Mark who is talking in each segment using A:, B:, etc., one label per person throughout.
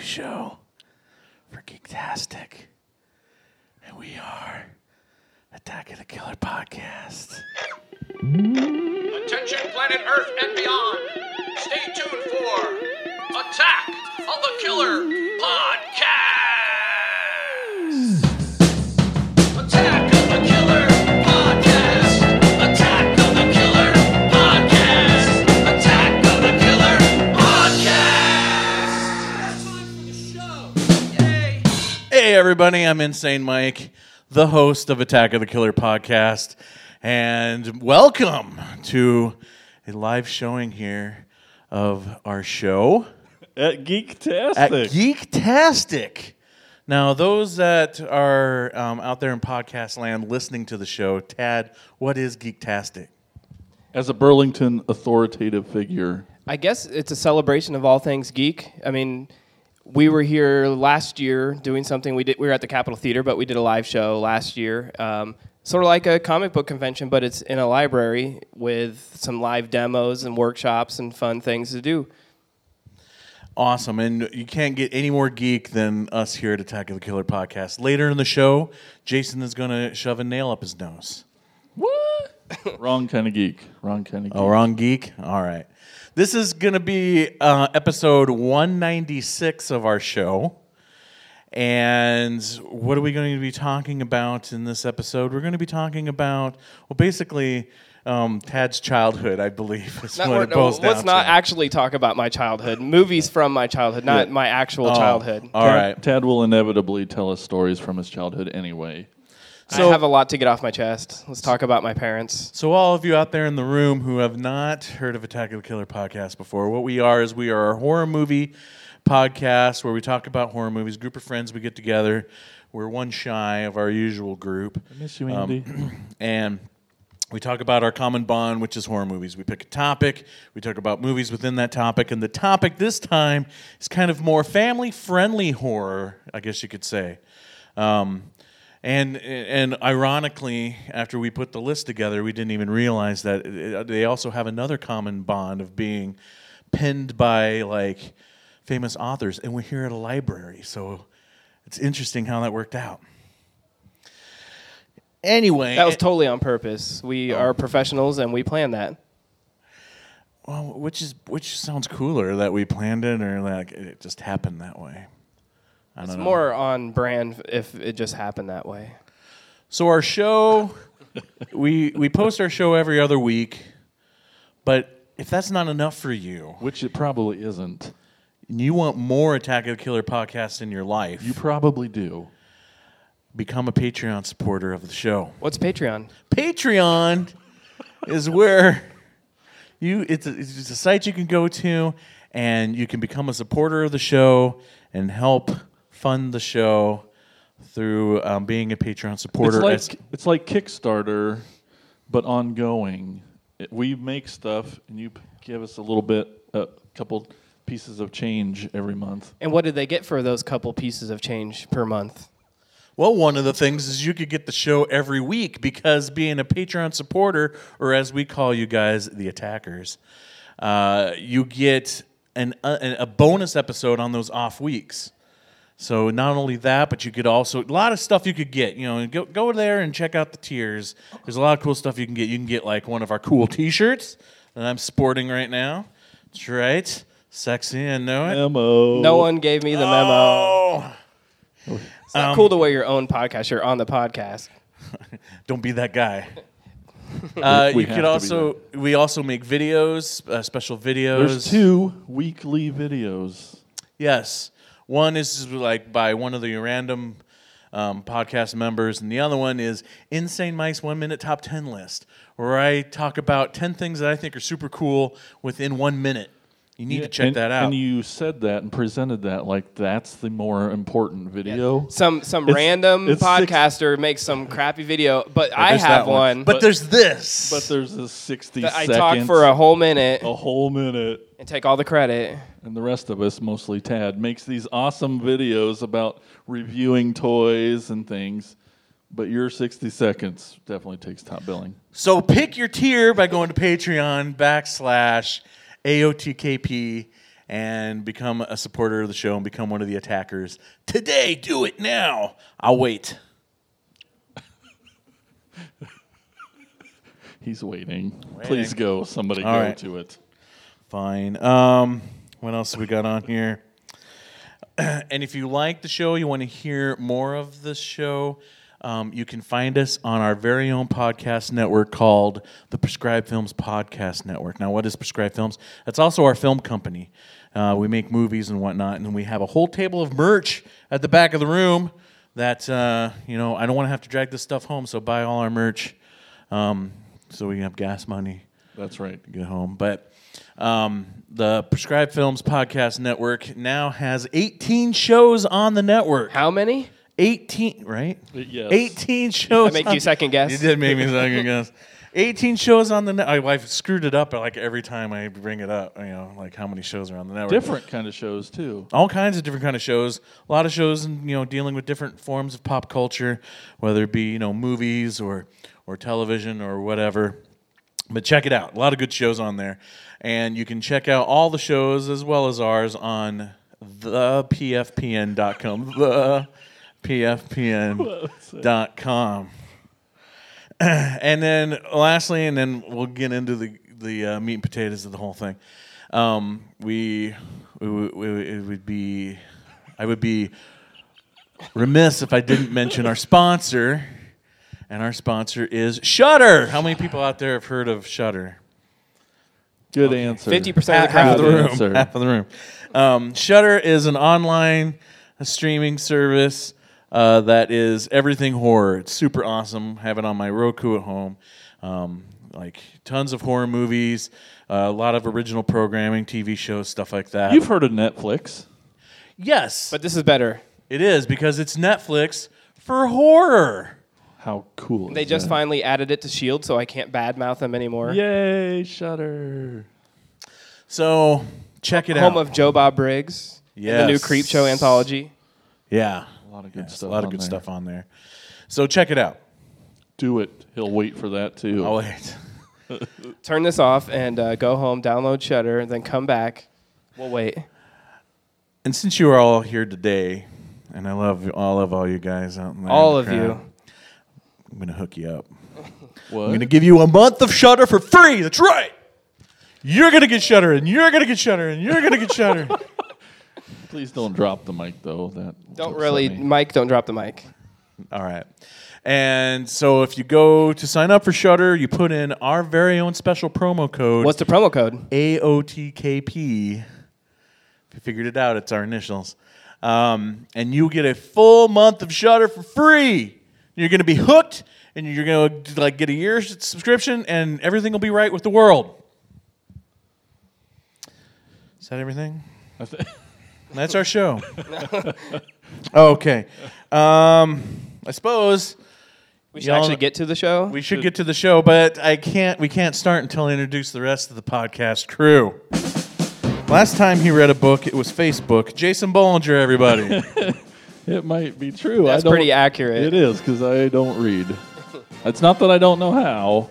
A: show for Geektastic. And we are Attack of the Killer Podcast.
B: Attention planet Earth and beyond. Stay tuned for Attack of the Killer Podcast. Attack of the Killer Podcast. Attack of the Killer Podcast. Attack of the Killer Podcast. Yay.
A: Hey, everybody, I'm Insane Mike, the host of Attack of the Killer podcast, and welcome to a live showing here of our show
C: At Geektastic.
A: at Geektastic. Now, those that are um, out there in podcast land listening to the show, Tad, what is Geektastic?
C: As a Burlington authoritative figure.
D: I guess it's a celebration of all things geek. I mean, we were here last year doing something. We did. We were at the Capitol Theater, but we did a live show last year, um, sort of like a comic book convention, but it's in a library with some live demos and workshops and fun things to do.
A: Awesome. And you can't get any more geek than us here at Attack of the Killer podcast. Later in the show, Jason is going to shove a nail up his nose.
C: Wrong kind of geek. Wrong kind of geek.
A: Oh, wrong geek? All right. This is going to be uh, episode 196 of our show. And what are we going to be talking about in this episode? We're going to be talking about, well, basically, um, Tad's childhood, I believe, is
D: Not-
A: what
D: we're-
A: it boils down
D: let's not
A: to.
D: actually talk about my childhood. Movies from my childhood, not my actual childhood.
A: Oh, All right.
C: Tad will inevitably tell us stories from his childhood anyway.
D: I have a lot to get off my chest. Let's talk about my parents.
A: So, all of you out there in the room who have not heard of Attack of the Killer podcast before, what we are is we are a horror movie podcast where we talk about horror movies. Group of friends, we get together. We're one shy of our usual group. Um,
C: Miss you, Andy.
A: and we talk about our common bond, which is horror movies. We pick a topic, we talk about movies within that topic, and the topic this time is kind of more family friendly horror, I guess you could say. Um, and and ironically, after we put the list together, we didn't even realize that uh, they also have another common bond of being penned by like famous authors, and we're here at a library, so it's interesting how that worked out. Anyway,
D: That was totally on purpose. We
A: Oh.
D: are professionals and we plan that.
A: Well, uh, which is which sounds cooler that we planned it or like it just happened that way. I
D: It's
A: don't know.
D: more on brand if it just happened that way.
A: So our show, we we post our show every other week, but if that's not enough for you,
C: Which it probably isn't.
A: and you want more Attack of the Killer podcast in your life,
C: You probably do.
A: become a Patreon supporter of the show.
D: What's Patreon?
A: Patreon is where you it's a, it's just a site you can go to and you can become a supporter of the show and help fund the show through um, being a Patreon
C: It's
A: supporter. as-
C: like, it's like Kickstarter, but ongoing. It- we make stuff, and you p- give us a little bit, a couple pieces of change every month.
D: And what did they get for those couple pieces of change per month?
A: well, one of the things is you could get the show every week because being a Patreon supporter, or as we call you guys, the attackers, uh, you get an, a, a bonus episode on those off weeks. So not only that, but you could also a lot of stuff you could get. You know, go go there and check out the tiers. There's a lot of cool stuff you can get. You can get like one of our cool T-shirts that I'm sporting right now. That's right, sexy I know it.
C: Memo.
D: No one gave me the memo.
A: Oh, Um,
D: It's not cool to wear your own podcast. You're on the podcast.
A: don't be that guy. Uh,
C: we
A: you
C: have
A: could
C: to be
A: also we also make videos, uh, special videos.
C: There's two weekly videos.
A: Yes. One is like by one of the random um, podcast members, and the other one is Insane Mike's One Minute Top 10 List, where I talk about 10 things that I think are super cool within one minute. You need to check
C: and,
A: that out.
C: And you said that and presented that like that's the more important video.
D: Some some
C: It's-
D: random
C: it's six-
D: podcaster makes some crappy video, but I
A: There's
D: have
A: that
D: one.
A: But, there's this.
C: But there's a 60
D: that I
C: seconds,
D: talk for a whole minute
A: Oh.
C: a whole minute,
D: and take all the credit.
C: and the rest of us, mostly Tad, makes these awesome videos about reviewing toys and things. But your 60 seconds definitely takes top billing.
A: so pick your tier by going to Patreon backslash AOTKP and become a supporter of the show and become one of the attackers today. Do it now. I'll wait.
C: He's waiting. Please go. Somebody
A: All
C: go
A: right.
C: to it.
A: Fine. Um, what else we got on here? and if you like the show, you want to hear more of the show, um, you can find us on our very own podcast network called the Prescribed Films Podcast Network. Now, what is Prescribed Films? That's also our film company. Uh, we make movies and whatnot, and we have a whole table of merch at the back of the room. That uh, you know, I don't want to have to drag this stuff home, so buy all our merch, um, so we can have gas money
C: That's right.
A: get home. But um, the Prescribed Films Podcast Network now has 18 shows on the network.
D: How many?
A: 18, right?
C: Yes.
A: 18 shows.
D: I make
A: on-
D: you second guess.
A: You did make me second guess. 18 shows on the network. I've screwed it up like every time I bring it up, you know, like how many shows are on the network.
C: Different kind of shows too.
A: All kinds of different kind of shows. A lot of shows, and you know, dealing with different forms of pop culture, whether it be you know movies or or television or whatever. But check it out. A lot of good shows on there. And you can check out all the shows as well as ours on thepfpn.com. Thepfpn.com. and then lastly, and then we'll get into the, the uh, meat and potatoes of the whole thing. Um, we, we, we, it would be, I would be remiss if I didn't mention our sponsor. And our sponsor is Shutter. How many people out there have heard of Shutter?
C: Good answer.
D: Fifty percent of the
A: half
D: crowd.
A: of the room.
C: Answer.
A: Half of the room. Um, Shutter is an online streaming service uh, that is everything horror. It's super awesome. Have it on my Roku at home. Um, like tons of horror movies, uh, a lot of original programming, TV shows, stuff like that.
C: You've heard of Netflix.
A: yes,
D: But this is better.
A: it is because it's Netflix for horror.
C: How cool.
D: They
C: is
D: just
C: that?
D: finally added it to Shield, so I can't badmouth them anymore.
C: Yay, Shutter.
A: So check it out.
D: Home of Joe Bob Briggs. Yeah. The new
A: Yes.
D: Creep Show anthology.
A: yeah,
C: A lot of good
A: a
C: stuff.
A: lot of
C: on
A: good
C: there.
A: stuff on there. So check it out.
C: Do it. He'll wait for that too.
A: Oh wait.
D: Turn this off and uh, go home, download Shutter, and then come back. We'll wait.
A: And since you are all here today, and I love you- all of all you guys out in there, in
D: All
A: the
D: of you.
A: crowd, I'm gonna hook you up.
C: what?
A: I'm gonna give you a month of Shutter for free. That's right. You're gonna get Shutter, and you're gonna get Shutter, and you're gonna get Shutter.
C: Please don't drop the mic though. That
D: Don't
C: upset
D: really,
C: me.
D: Mike, don't drop the mic.
A: all right. And so if you go to sign up for Shutter, you put in our very own special promo code
D: What's the promo code?
A: AOTKP. If you figured it out, it's our initials. Um, and you get a full month of Shutter for free. You're going to be hooked, and you're going to like get a year's subscription, and everything will be right with the world. Is that everything?
C: I thi-
A: That's our show. okay. Um, I suppose
D: We should
A: Y'all-
D: actually get to the show.
A: we should get to the show, but I can't. We can't start until I introduce the rest of the podcast crew. Last time he read a book, it was Facebook. Jason Bollinger, everybody.
C: It might be true. I
D: That's
C: don't-
D: pretty accurate.
C: It is because I don't read. It's not that I don't know how.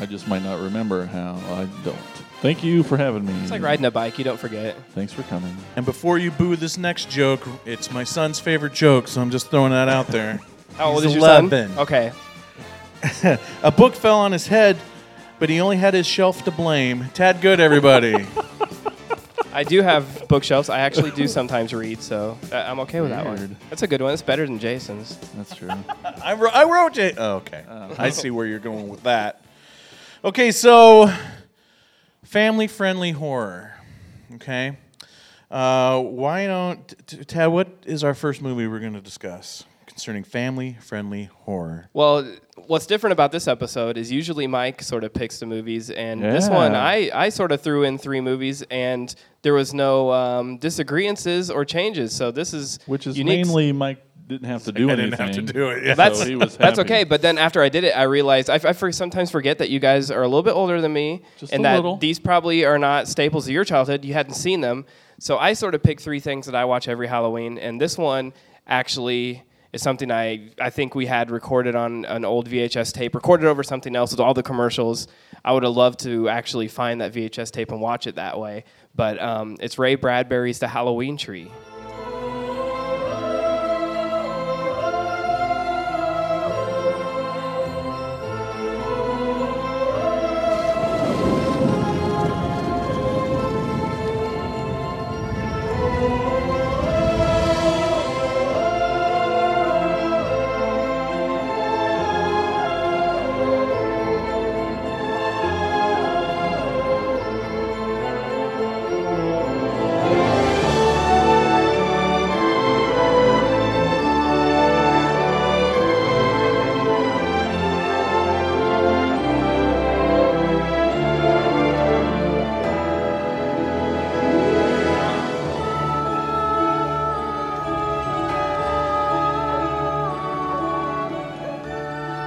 C: I just might not remember how. I don't. Thank you for having me.
D: It's like riding a bike, you don't forget.
C: Thanks for coming.
A: and before you boo this next joke, it's my son's favorite joke, so I'm just throwing that out there.
D: How old
A: He's
D: is your son?
A: 11.
D: Okay.
A: A book fell on his head, but he only had his shelf to blame. Tad good, everybody.
D: I do have bookshelves. I actually do sometimes read, so uh, I'm okay with that
C: Weird.
D: one. That's a good one. It's better than Jason's.
C: That's true.
A: I, wrote, I wrote it. Oh, okay. I see where you're going with that. Okay, so family friendly horror. Okay. Uh, why don't, t- t- Tad, what is our first movie we're going to discuss concerning family friendly horror?
D: Well, what's different about this episode is usually Mike sort of picks the movies, and this one
C: Yeah.
D: I, I sort of threw in three movies, and there was no um, disagreements or changes. So this is
C: Which is
D: unique.
C: mainly Mike didn't have to do
A: I
C: anything.
A: didn't have to do it. Yeah.
D: That's-
C: so he was
D: That's
C: happy.
D: okay, but then after I did it, I realized I, f- I for- sometimes forget that you guys are a little bit older than me,
C: Just
D: and
C: a
D: that
C: little.
D: these probably are not staples of your childhood. You hadn't seen them, so I sort of picked three things that I watch every Halloween, and this one actually is something I, I think we had recorded on an old VHS tape, recorded over something else with all the commercials. I would have loved to actually find that VHS tape and watch it that way. But um, it's Ray Bradbury's The Halloween Tree.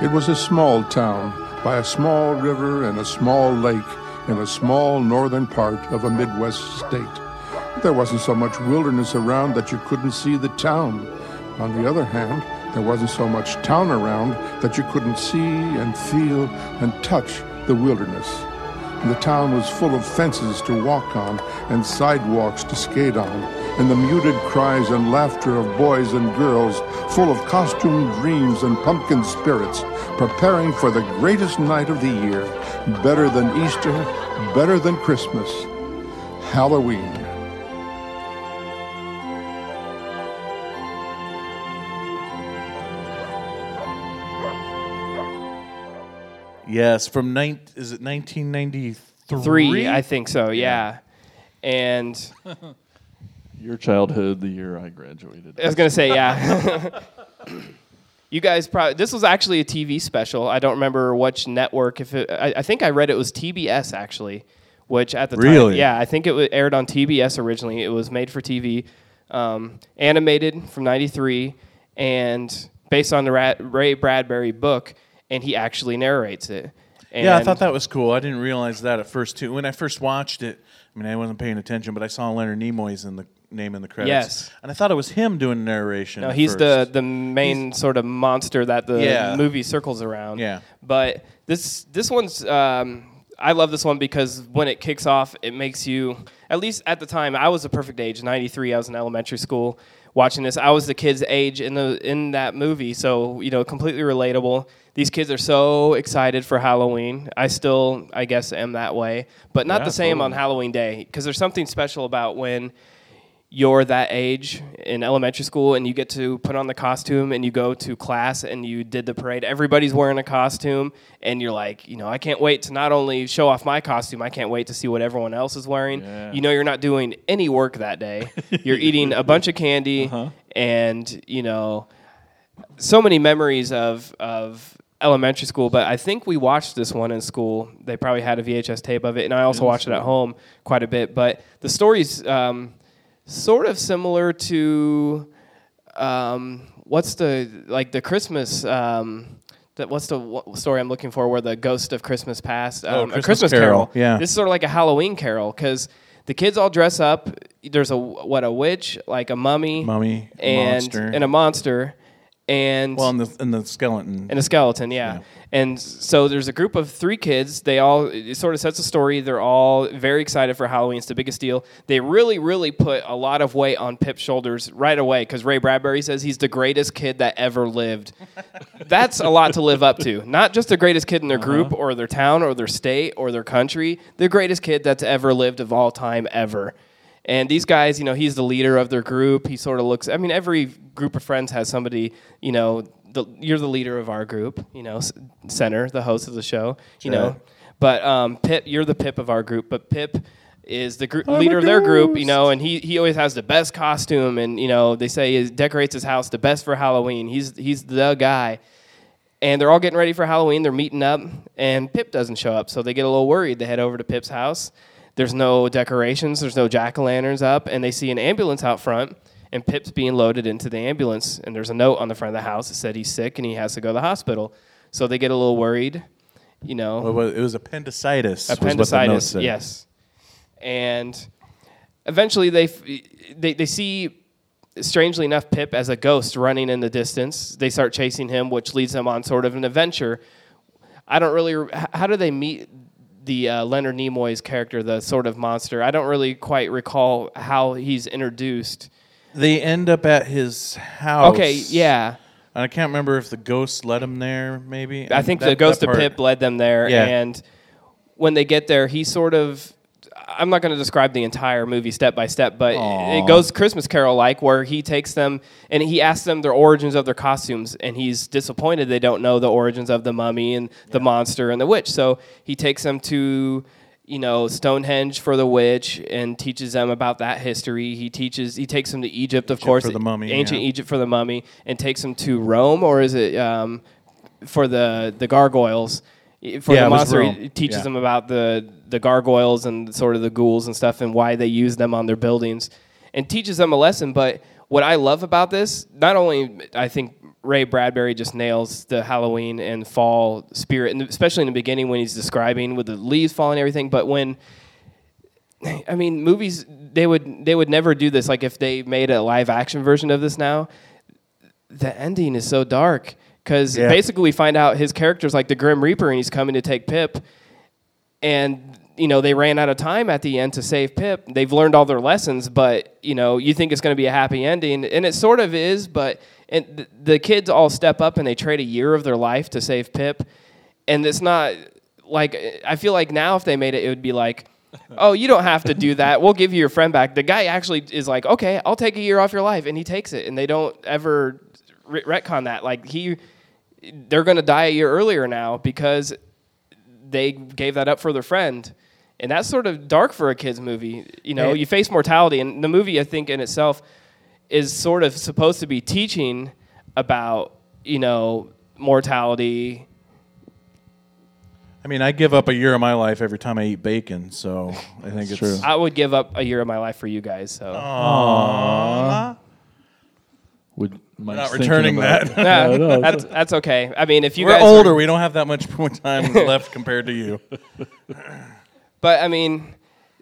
E: It was a small town by a small river and a small lake in a small northern part of a Midwest state. There wasn't so much wilderness around that you couldn't see the town. On the other hand, there wasn't so much town around that you couldn't see and feel and touch the wilderness. The town was full of fences to walk on and sidewalks to skate on, and the muted cries and laughter of boys and girls, full of costume dreams and pumpkin spirits, preparing for the greatest night of the year, better than Easter, better than Christmas, Halloween.
A: Yes, from nine is it 1993?
D: Three, I think so, yeah. And
C: Your childhood, the year I graduated.
D: I was gonna say, yeah. you guys probably this was actually a TV special. I don't remember which network. If it, I, I think I read it was TBS actually, which at the time,
A: Really?
D: yeah, I think it wa- aired on TBS originally. It was made for TV, um, animated from '93, and based on the Ra- Ray Bradbury book, and he actually narrates it.
A: Yeah, I
D: And-
A: thought that was cool. I didn't realize that at first too. When I first watched it, I mean, I wasn't paying attention, but I saw Leonard Nimoy's in the name in the credits.
D: Yes.
A: and I thought it was him doing narration.
D: No,
A: at
D: he's the
A: first.
D: the main sort of monster that the
A: Yeah.
D: movie circles around.
A: Yeah.
D: But this this one's um, I love this one because when it kicks off, it makes you at least at the time I was the perfect age ninety three. I was in elementary school watching this. I was the kid's age in the in that movie, so you know completely relatable. These kids are so excited for Halloween. I still I guess am that way, but not
A: Yeah,
D: the same on
A: totally.
D: Halloween day because there's something special about when you're that age in elementary school and you get to put on the costume and you go to class and you did the parade everybody's wearing a costume and you're like you know i can't wait to not only show off my costume i can't wait to see what everyone else is wearing
C: Yeah.
D: you know you're not doing any work that day you're eating a bunch of candy and you know so many memories of of elementary school, but I think we watched this one in school. They probably had a VHS tape of it, and I also watched it at home quite a bit. But the story's um, sort of similar to um, what's the like the Christmas. Um, that what's the wha- story I'm looking for? Where the ghost of Christmas past, um,
A: Oh, Christmas
D: a Christmas Carol.
A: Carol, yeah.
D: this is sort of like a Halloween Carol because the kids all dress up. There's a what a witch, like a mummy,
A: Mummy,
D: and
A: monster.
D: and a monster, and
A: well, and the and the skeleton.
D: and a skeleton, yeah. And so there's a group of three kids. They all it sort of sets a story. They're all very excited for Halloween. It's the biggest deal. They really, really put a lot of weight on Pip's shoulders right away because Ray Bradbury says he's the greatest kid that ever lived. That's a lot to live up to. Not just the greatest kid in their group or their town or their state or their country. The greatest kid that's ever lived of all time ever. And these guys, you know, he's the leader of their group. He sort of looks. I mean, every group of friends has somebody. You know, the, you're the leader of our group. You know, s- center, the host of the show. You know, but um, Pip, you're the Pip of our group. But Pip is the gr- leader of their group. You know, and he he always has the best costume. And you know, they say he decorates his house the best for Halloween. He's he's the guy and they're all getting ready for Halloween. They're meeting up, and Pip doesn't show up, so they get a little worried. They head over to Pip's house. There's no decorations. There's no jack o' lanterns up, and they see an ambulance out front, and Pip's being loaded into the ambulance. And there's a note on the front of the house that said he's sick and he has to go to the hospital. So they get a little worried, you know
A: It was, it was appendicitis. was what the note
D: appendicitis.
A: said.
D: Yes, and eventually they f- they they see strangely enough, Pip, as a ghost running in the distance, they start chasing him, which leads them on sort of an adventure. I don't really. re- h- How do they meet the uh, Leonard Nimoy's character, the sort of monster? I don't really quite recall how he's introduced.
A: They end up at his house.
D: Okay, yeah.
A: And I can't remember if the ghost led him there, maybe.
D: I
A: And
D: think
A: that-
D: the ghost
A: that
D: of
A: part-
D: Pip led them there,
A: Yeah.
D: and when they get there, he sort of. I'm not going to describe the entire movie step by step, but it goes Christmas Carol like, where he takes them and he asks them their origins of their costumes, and he's disappointed they don't know the origins of the mummy and the monster and the witch. So he takes them to, you know, Stonehenge for the witch and teaches them about that history. He teaches, he takes them to Egypt, of course,
A: for the mummy,
D: ancient
A: yeah.
D: Egypt for the mummy, and takes them to Rome, or is it um, for the the gargoyles. I- For
A: Yeah,
D: the
A: it was
D: monster,
A: Rome.
D: he teaches
A: Yeah.
D: them about the the gargoyles and sort of the ghouls and stuff, and why they use them on their buildings, and teaches them a lesson. But what I love about this, not only I think Ray Bradbury just nails the Halloween and fall spirit, and especially in the beginning when he's describing with the leaves falling and everything, but when I mean, movies they would they would never do this. Like if they made a live action version of this now, the ending is so dark because
A: Yeah.
D: basically we find out his character's like the Grim Reaper and he's coming to take Pip, and you know they ran out of time at the end to save Pip. They've learned all their lessons, but you know you think it's going to be a happy ending, and it sort of is. But and th- the kids all step up and they trade a year of their life to save Pip, and it's not like I feel like now if they made it, it would be like. Oh, you don't have to do that. We'll give you your friend back. The guy actually is like, okay, I'll take a year off your life, and he takes it, and they don't ever re- retcon that. Like he, they're gonna die a year earlier now because they gave that up for their friend. And that's sort of dark for a kids movie. You know, you face mortality and the movie I think in itself is sort of supposed to be teaching about, you know, mortality.
A: I mean, I give up a year of my life every time I eat bacon, so I think it's
C: true.
D: I would give up a year of my life for you guys, so
C: Would Mike's
A: not
C: thinking
A: returning
C: about
A: that.
D: Yeah, that's, that's okay. I mean, if you
A: We're
D: guys are-
A: older. We don't have that much more time left compared to you.
D: But I mean,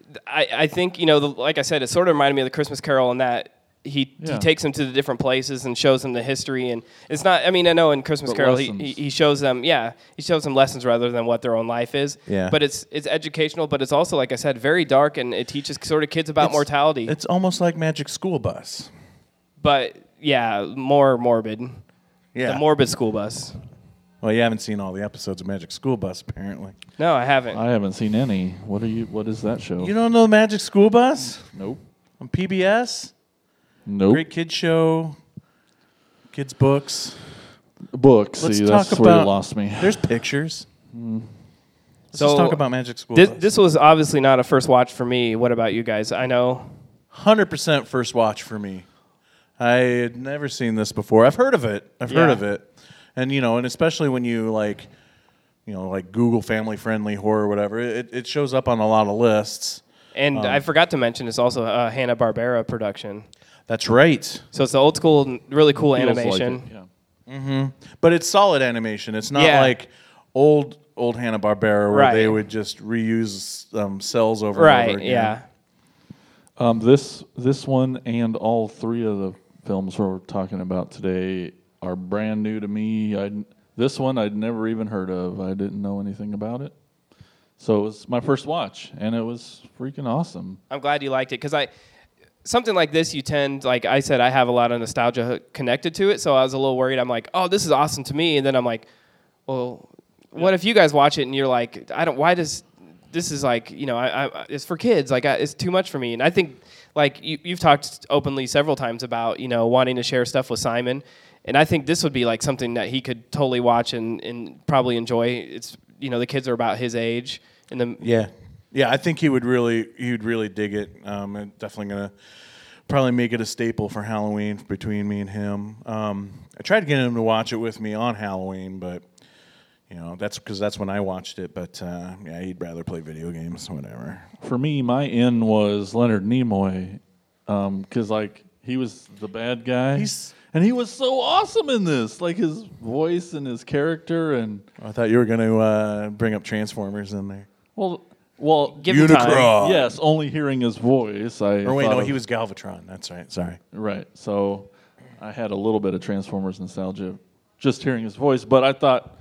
D: th- I, I think you know, the, like I said, it sort of reminded me of the Christmas Carol in that he
C: Yeah.
D: he takes them to the different places and shows them the history, and it's not. I mean, I know in Christmas
C: But
D: Carol he,
C: lessons.
D: he he shows them, yeah, he shows them lessons rather than what their own life is.
A: Yeah.
D: But it's it's educational, but it's also like I said, very dark, and it teaches sort of kids about
A: It's-
D: mortality.
A: It's almost like Magic School Bus.
D: but yeah, more morbid.
A: Yeah.
D: The morbid school bus.
A: well, you haven't seen all the episodes of Magic School Bus, apparently.
D: No, I haven't.
C: I haven't seen any. What are you? What is that show?
A: You don't know Magic School Bus
C: nope.
A: on PBS?
C: Nope.
A: Great kid show, kids books.
C: Books.
A: Let's
C: See,
A: talk
C: that's
A: about.
C: where you lost me.
A: There's pictures. Let's
D: So,
A: just talk about Magic School
D: this,
A: Bus.
D: this was obviously not a first watch for me. What about you guys? I know.
A: hundred percent first watch for me. I had never seen this before. I've heard of it. I've heard
D: Yeah.
A: of it, and you know, and especially when you like, you know, like Google family friendly horror, or whatever. It, it shows up on a lot of lists.
D: And
A: Um,
D: I forgot to mention it's also a Hanna Barbera production.
A: That's right.
D: So it's the old school, n- really cool
C: Feels like
D: animation.
C: it, yeah.
A: But it's solid animation. It's not
D: Yeah.
A: like old old Hanna Barbera where they
D: Right.
A: would just reuse um, cells over and over
D: Right,
A: again.
D: yeah.
C: Um, this this one and all three of the films we're talking about today are brand new to me. I this one I'd never even heard of. I didn't know anything about it, so it was my first watch, and it was freaking awesome.
D: I'm glad you liked it because I something like this you tend like I said I have a lot of nostalgia connected to it, so I was a little worried. I'm like, oh, this is awesome to me, and then I'm like, well, what if you guys watch it and you're like, I don't. Why does this is like you know I, I it's for kids like I, it's too much for me, and I think like you, you've talked openly several times about you know wanting to share stuff with Simon, and I think this would be like something that he could totally watch and and probably enjoy. It's you know the kids are about his age. And the,
A: Yeah, yeah. I think he would really, he would really dig it. Um, and definitely gonna probably make it a staple for Halloween between me and him. Um, I tried to get him to watch it with me on Halloween, but you know that's because that's when I watched it. But uh, yeah, he'd rather play video games, whatever.
C: For me, my in was Leonard Nimoy, because like he was the bad guy,
A: He's-
C: and he was so awesome in this, like his voice and his character, and
A: I thought you were gonna uh, bring up Transformers in there.
C: well, Well,
D: Give him time.
A: Unicron.
C: Yes, only hearing his voice. I
A: Or wait,
C: thought
A: no,
C: of-
A: he was Galvatron. That's right. Sorry.
C: Right. So I had a little bit of Transformers nostalgia just hearing his voice, but I thought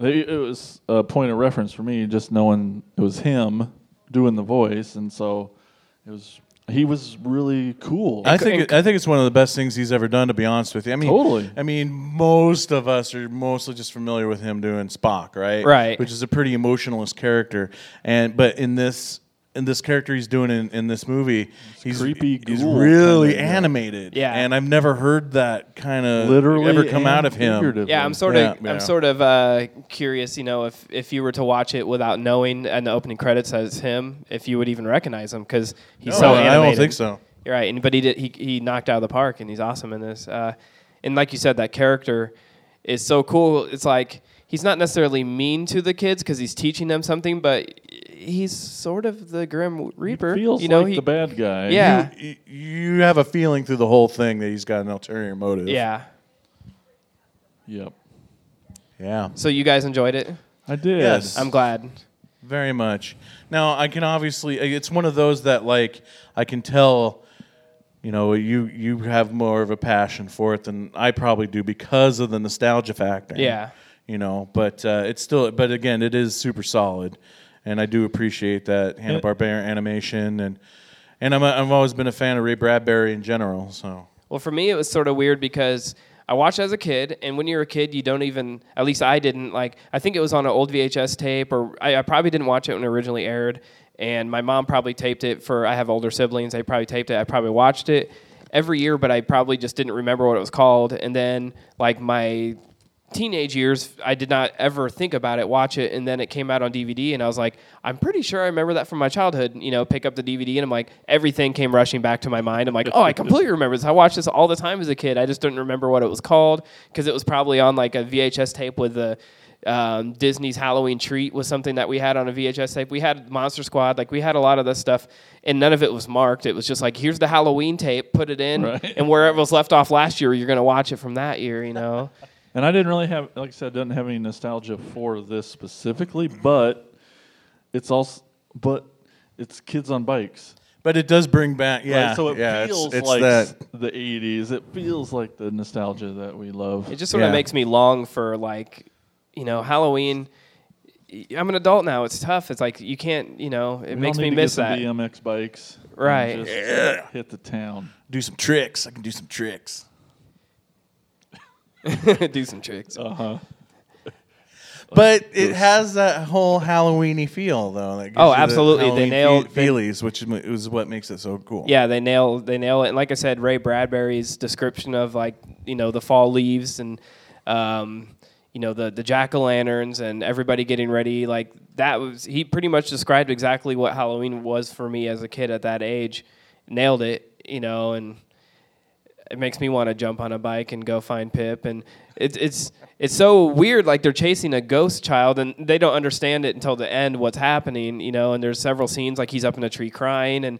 C: it it was a point of reference for me just knowing it was him doing the voice, and so it was. He was really cool.
A: I think it, I think it's one of the best things he's ever done. To be honest with you, I mean,
C: Totally.
A: I mean, most of us are mostly just familiar with him doing Spock, right?
D: Right.
A: Which is a pretty emotionless character, and but in this in this character he's doing in, in this movie, he's
C: creepy
A: He's
C: ghoul
A: really
C: kinda, yeah.
A: animated.
D: Yeah.
A: And I've never heard that kind of
C: literally
A: ever come out
C: and
A: of him.
C: figuratively.
D: Yeah, I'm sort of
A: Yeah, yeah.
D: I'm sort of uh, curious. You know, if if you were to watch it without knowing and the opening credits as him, if you would even recognize him because he's
A: No,
D: so
A: I don't
D: animated.
A: think so.
D: You're right, and but he did he he knocked out of the park, and he's awesome in this. Uh, and like you said, that character is so cool. It's like he's not necessarily mean to the kids because he's teaching them something, but he's sort of the grim reaper.
C: feels
D: you know,
C: like
D: he,
C: the bad guy.
D: Yeah.
A: You, you have a feeling through the whole thing that he's got an ulterior motive.
D: yeah.
C: Yep.
A: Yeah.
D: So you guys enjoyed it.
C: I did.
A: Yes.
D: I'm glad.
A: Very much. Now I can obviously uh, it's one of those that like I can tell you know you you have more of a passion for it than I probably do because of the nostalgia factor.
D: Yeah.
A: You know, but uh, it's still but again it is super solid and I do appreciate that Hanna-Barbera animation and and I'm a, I've always been a fan of Ray Bradbury in general, so
D: Well, for me, it was sort of weird because I watched it as a kid, and when you're a kid, you don't even, at least I didn't, like, I think it was on an old VHS tape, or I, I probably didn't watch it when it originally aired, and my mom probably taped it for, I have older siblings, they probably taped it, I probably watched it every year, but I probably just didn't remember what it was called, and then, like, my teenage years i did not ever think about it watch it and then it came out on dvd and i was like i'm pretty sure i remember that from my childhood you know pick up the dvd and i'm like everything came rushing back to my mind i'm like oh i completely remember this i watched this all the time as a kid i just didn't remember what it was called because it was probably on like a vhs tape with the um, disney's halloween treat was something that we had on a vhs tape we had monster squad like we had a lot of this stuff and none of it was marked it was just like here's the halloween tape put it in
C: Right.
D: and wherever it was left off last year you're going to watch it from that year you know
C: And I didn't really have, like I said, didn't have any nostalgia for this specifically, but it's also, but it's kids on bikes.
A: but it does bring back
C: right?
A: yeah.
C: So it
A: yeah,
C: feels
A: it's, it's
C: like
A: that
C: the '80s. It feels like the nostalgia that we love.
D: It just sort
A: Yeah.
D: of makes me long for like, you know, Halloween. Y- I'm an adult now. It's tough. It's like you can't, you know. It
C: We all
D: makes
C: need
D: me
C: to get
D: miss
C: some
D: that.
C: BMX bikes. and
D: Right.
C: just Hit the town.
A: do some tricks. I can do some tricks.
D: Do some tricks.
C: Oh. Uh-huh.
A: But it has that whole Halloweeny feel, though. That gives
D: Oh,
A: you the
D: absolutely. They
A: Halloween
D: nailed-
A: fe- feelies, which is- is what makes it so cool.
D: Yeah, they nail they nail it. And like I said, Ray Bradbury's description of like you know the fall leaves and um, you know the the jack o' lanterns and everybody getting ready. Like that was he pretty much described exactly what Halloween was for me as a kid at that age. Nailed it, you know, and it makes me want to jump on a bike and go find Pip. And it's it's it's so weird. Like they're chasing a ghost child, and they don't understand it until the end what's happening. You know, and there's several scenes like he's up in a tree crying, and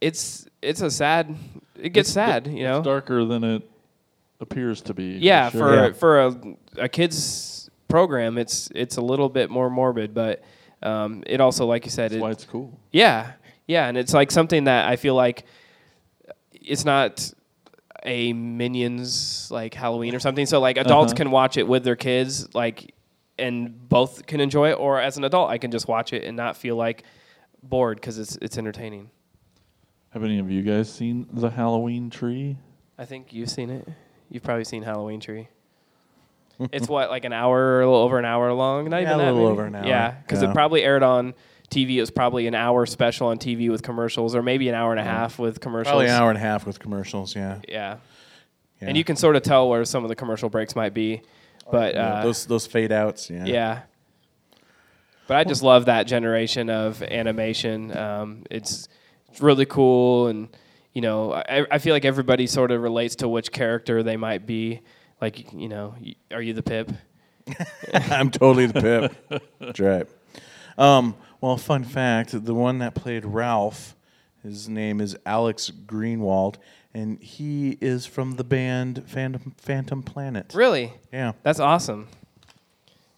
D: it's it's a sad. It gets sad. You know.
C: It's darker than it appears to be.
D: Yeah,
C: sure.
D: for
A: Yeah.
D: for a a kids program, it's it's a little bit more morbid, but um, it also, like you said,
C: that's
D: it,
C: why it's cool.
D: yeah, yeah, and it's like something that I feel like it's not a Minions like Halloween or something. So like adults can watch it with their kids, like, and both can enjoy it. Or as an adult, I can just watch it and not feel like bored because it's it's entertaining.
C: Have any of you guys seen the Halloween tree?
D: I think you've seen it. You've probably seen Halloween Tree. it's what like an hour, a little over an hour long. Not
A: Yeah,
D: even
A: a
D: that,
A: little
D: maybe?
A: over an hour.
D: Yeah, because
A: Yeah.
D: it probably aired on TV. It was probably an hour special on TV with commercials, or maybe an hour and a half with commercials.
A: Probably an hour and a half with commercials, yeah.
D: Yeah.
A: yeah.
D: and you can sort of tell where some of the commercial breaks might be, but
A: Yeah,
D: uh,
A: those those fade outs, yeah.
D: yeah. But I just love that generation of animation. Um, it's, it's really cool, and you know, I, I feel like everybody sort of relates to which character they might be. Like, you know, y- are you the Pip?
A: I'm totally the pip. That's right. Um, well, fun fact: the one that played Ralph, his name is Alex Greenwald, and he is from the band Phantom Phantom Planet.
D: Really?
A: Yeah.
D: That's awesome.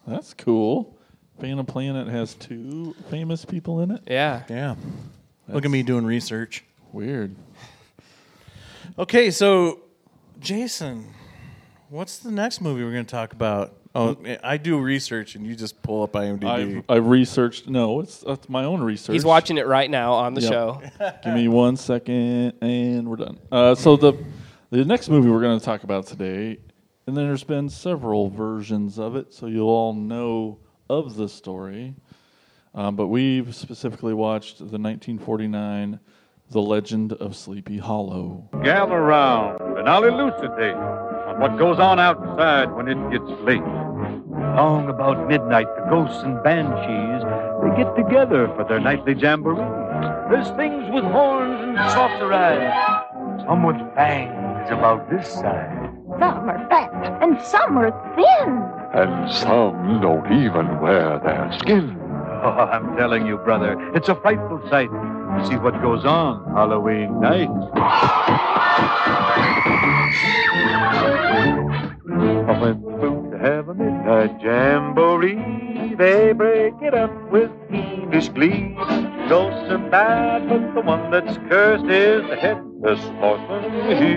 C: That's cool. Phantom Planet has two famous people in it.
D: Yeah.
A: Yeah. Look at me doing research.
C: Weird.
A: Okay, so Jason, what's the next movie we're going to talk about? Oh, I do research and you just pull up IMDb.
C: I've, I've researched. No, it's that's my own research.
D: He's watching it right now on the
C: Yep.
D: show.
C: Give me one second, and we're done. Uh, so the the next movie we're going to talk about today, and then there's been several versions of it, so you'll all know of the story. Um, but we've specifically watched the 1949 The Legend of Sleepy Hollow.
F: Gather round and I'll elucidate on what goes on outside when it gets late. Long about midnight, the ghosts and banshees, they get together for their nightly jamboree. There's things with horns and saucer eyes. Some with fangs about this side.
G: Some are fat and some are thin.
H: And some don't even wear their skin.
F: Oh, I'm telling you, brother, it's a frightful sight to see what goes on Halloween night. I went through to have a midnight jamboree. They break it up with fiendish glee. Ghosts are bad, but the one that's cursed is the headless horseman.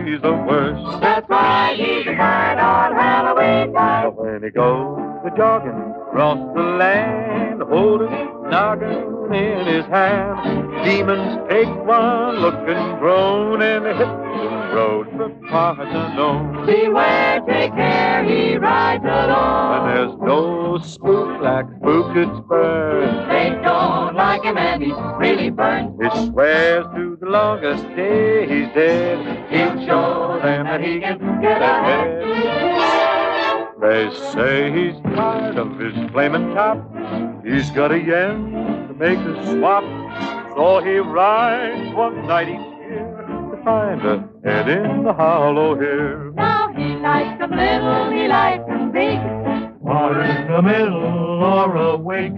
F: He's the worst. That's why he's mine on Halloween night. When he goes a jogging across the land, holding his noggin in his hand, demons take one look and groan and hit the road for parts unknown. Beware, take care, he rides alone. And there's no spook like Spookitzburg. They don't like him and he's really burned. He swears to the longest day he's dead. He'll show them that he can get ahead. They say he's tired of his flaming top. He's got a yen to make a swap. So he rides one night each year to find a head in the hollow here.
G: Now he likes them little, he likes them big.
F: Or in the middle or awake.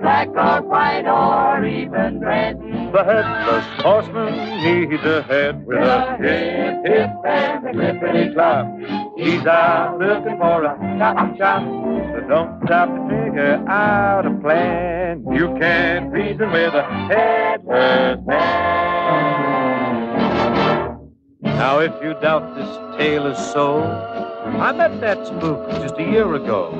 G: Black or white or even red.
F: The headless horseman needs a head with a hip, hip, and a clippity clop. He's out looking for a chop chop. So don't stop to figure out a plan. You can't reason with a headless man. Now, if you doubt this tale is so, I met that spook just a year ago.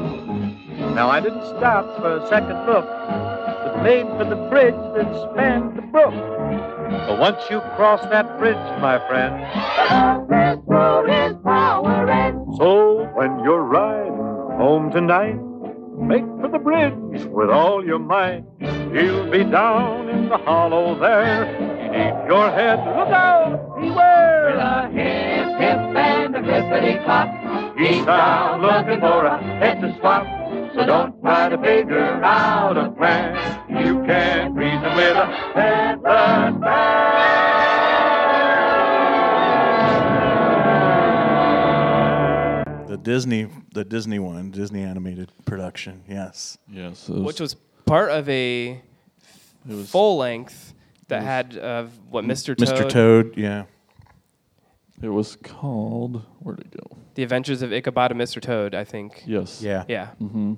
F: Now, I didn't stop for a second look that made for the bridge that spanned the brook. But once you cross that bridge, my friend,
G: This road is power and
F: so when you're riding home tonight, make for the bridge with all your might. He'll be down in the hollow there. You need your head. Look out! Beware!
G: hip, hip and a hippity clop.
F: He's out looking for a head to swap. So don't try to figure out a plan. You can't reason with a headless man.
A: the Disney, the Disney one, Disney animated production. Yes.
C: Yes, it was,
D: which was part of a
C: it was
D: full length that had uh, what Mr. Toad,
A: Mr. Toad, yeah.
C: it was called Where'd it go?
D: The Adventures of Ichabod and Mr. Toad, I think.
C: Yes.
A: Yeah.
D: Yeah. Mm-hmm.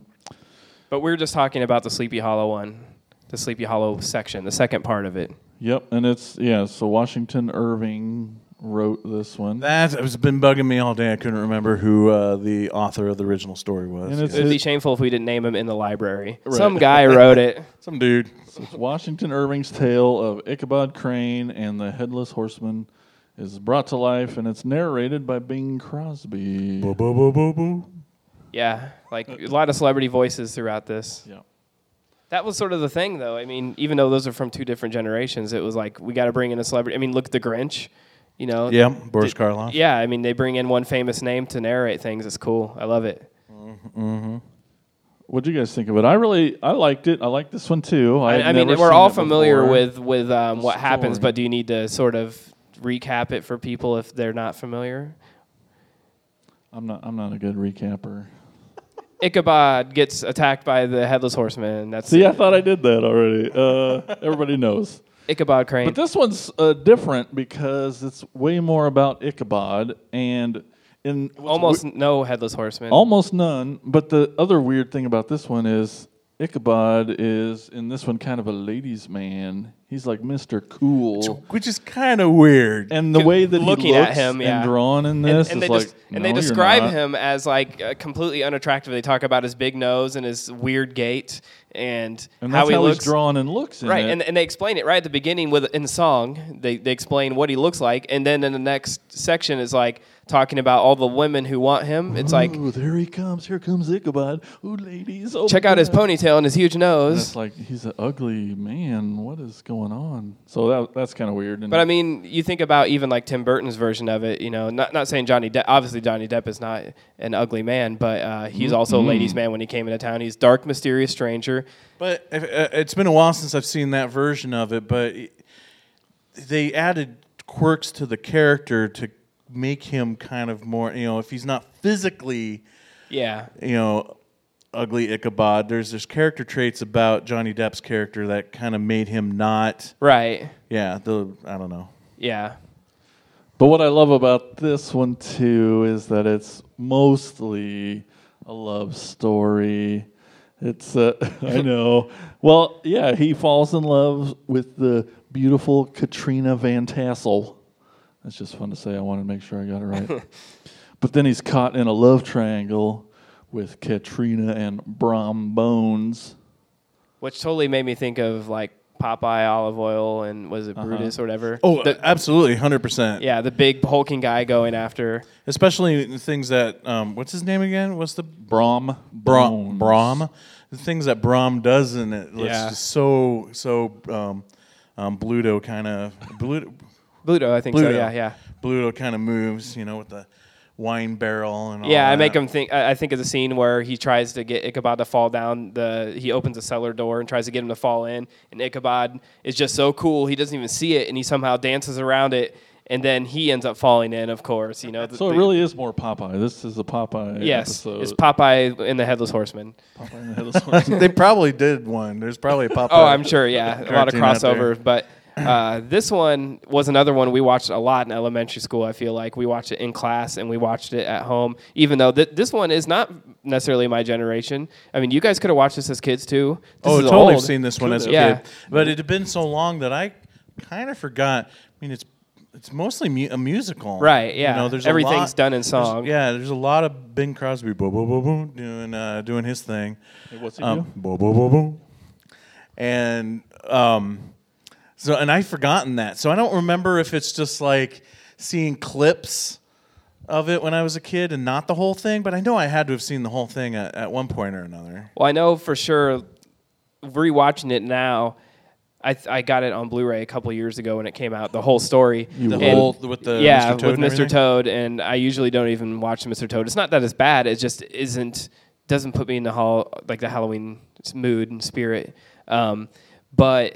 D: But we were just talking about the Sleepy Hollow one, the Sleepy Hollow section, the second part of it.
C: Yep, and it's yeah. So Washington Irving wrote this one.
A: That has been bugging me all day. I couldn't remember who uh, the author of the original story was.
C: And it's-
A: Yeah.
D: It'd be
C: It-
D: shameful if we didn't name him in the library. Some guy wrote it.
A: some dude.
C: Washington Irving's tale of Ichabod Crane and the Headless Horseman is brought to life and it's narrated by Bing Crosby.
A: Boo, boo, boo, boo, boo.
D: Yeah, like a lot of celebrity voices throughout this.
C: Yeah.
D: That was sort of the thing, though. I mean, even though those are from two different generations, it was like we got to bring in a celebrity. I mean, look at the Grinch, you know.
A: Yeah, Boris Karloff.
D: Yeah, I mean, they bring in one famous name to narrate things. It's cool. I love it.
C: What do you guys think of it? I really I liked it. I like this one too.
D: I,
C: had
D: I mean,
C: never
D: we're
C: seen
D: all
C: it
D: familiar
C: before.
D: with with um, what happens,
C: story.
D: but do you need to sort of recap it for people if they're not familiar?
C: I'm not I'm not a good recapper.
D: Ichabod gets attacked by the headless horseman. That's
C: See, I thought I did that already. Uh, everybody knows.
D: Ichabod Crane.
C: But this one's uh, different because it's way more about Ichabod and in
D: Almost no headless horseman.
C: Almost none. But the other weird thing about this one is Ichabod is in this one kind of a ladies' man. He's like Mr. Cool.
A: which is kind of weird.
C: And the way that
D: looking
C: he
D: at
C: looks
D: him, yeah.
C: and drawn in
D: And-
C: this is
D: and, they
C: like,
D: just- and they
C: "No, you're
D: describe
C: not."
D: him as like uh, completely unattractive. They talk about his big nose and his weird gait and,
C: And that's
D: how
C: how,
D: he
C: he's
D: looks.
C: drawn and looks. In
D: right,
C: it.
D: and, and they explain it right at the beginning with in the song. They they explain what he looks like, and then in the next section is like talking about all the women who want him. It's like
C: Ooh, there he comes. Here comes Ichabod. Ooh, ladies. Oh
D: check
C: my
D: out his
C: God.
D: ponytail and his huge
C: And
D: nose.
C: It's like he's an ugly man. What is going on? So that that's kind of weird. And
D: But I mean, you think about even like Tim Burton's version of it. You know, not not saying Johnny Depp. Obviously, Johnny Depp is not an ugly man, but uh,
C: Mm-hmm.
D: he's also a ladies' man when he came into town. He's dark, mysterious stranger.
A: But uh, it's been a while since I've seen that version of it. But it- they added quirks to the character to make him kind of more. You know, if he's not physically,
D: Yeah,
A: you know, ugly Ichabod, there's there's character traits about Johnny Depp's character that kind of made him not.
D: right.
A: Yeah, the I don't know.
D: Yeah,
C: But what I love about this one too is that it's mostly a love story. It's uh, I know. Well, yeah, he falls in love with the beautiful Katrina Van Tassel. That's just fun to say. I wanted to make sure I got it right. but then he's caught in a love triangle with Katrina and Brom Bones.
D: which totally made me think of like Popeye olive oil and was it
C: Uh-huh.
D: Brutus or whatever.
A: Oh,
D: The-
A: absolutely, hundred percent.
D: yeah, the big hulking guy going after.
A: especially the things that um, what's his name again? What's the
C: Brom
A: Brom?
C: Bones.
A: Brom. The things that Brom does in it. It's
D: Yeah.
A: just so so um, um, Bluto kind of Bluto.
D: Bluto, I think
A: Bluto.
D: so. Yeah, yeah.
A: Bluto kind of moves, you know, with the wine barrel and all
D: Yeah, I
A: that.
D: make him think. I I think of the scene where he tries to get Ichabod to fall down. The he opens a cellar door and tries to get him to fall in, and Ichabod is just so cool he doesn't even see it, and he somehow dances around it, and then he ends up falling in. Of course, you know. the-
C: So it
D: the-
C: really is more Popeye. This is a Popeye
D: yes,
C: episode.
D: it's Popeye and the Headless Horseman.
C: Popeye and the Headless Horseman.
A: They probably did one. There's probably a pop.
D: Oh, I'm sure. Yeah, a lot of
A: cartoon out there.
D: crossover. But uh, this one was another one we watched a lot in elementary school. I feel like we watched it in class and we watched it at home. Even though th- this one is not necessarily my generation. I mean, you guys could have watched this as kids too. This
A: Oh,
D: is
A: totally
D: old.
A: seen this one as a
D: Yeah.
A: kid, but it had been so long that I kind of forgot. I mean, it's it's mostly mu- a musical,
D: Right, yeah.
A: You know, there's
D: Everything's
A: a lot,
D: done in
A: there's-
D: song.
A: yeah, there's a lot of Bing Crosby, bo bo bo boom, doing uh, doing his thing.
C: what's he do?
A: Bo bo bo boom, and um, so and I've forgotten that, so I don't remember if it's just like seeing clips of it when I was a kid and not the whole thing, but I know I had to have seen the whole thing at, at one point or another.
D: Well, I know for sure. Rewatching it now, I th- I got it on Blu-ray a couple years ago when it came out. The whole story.
A: The
D: And-
A: whole with the
D: yeah,
A: Mr. Toad
D: with
A: and
D: Mr.
A: everything?
D: Toad, and I usually don't even watch Mr. Toad. It's not that it's bad; it just isn't doesn't put me in the hall like the Halloween s- mood and spirit. Um, but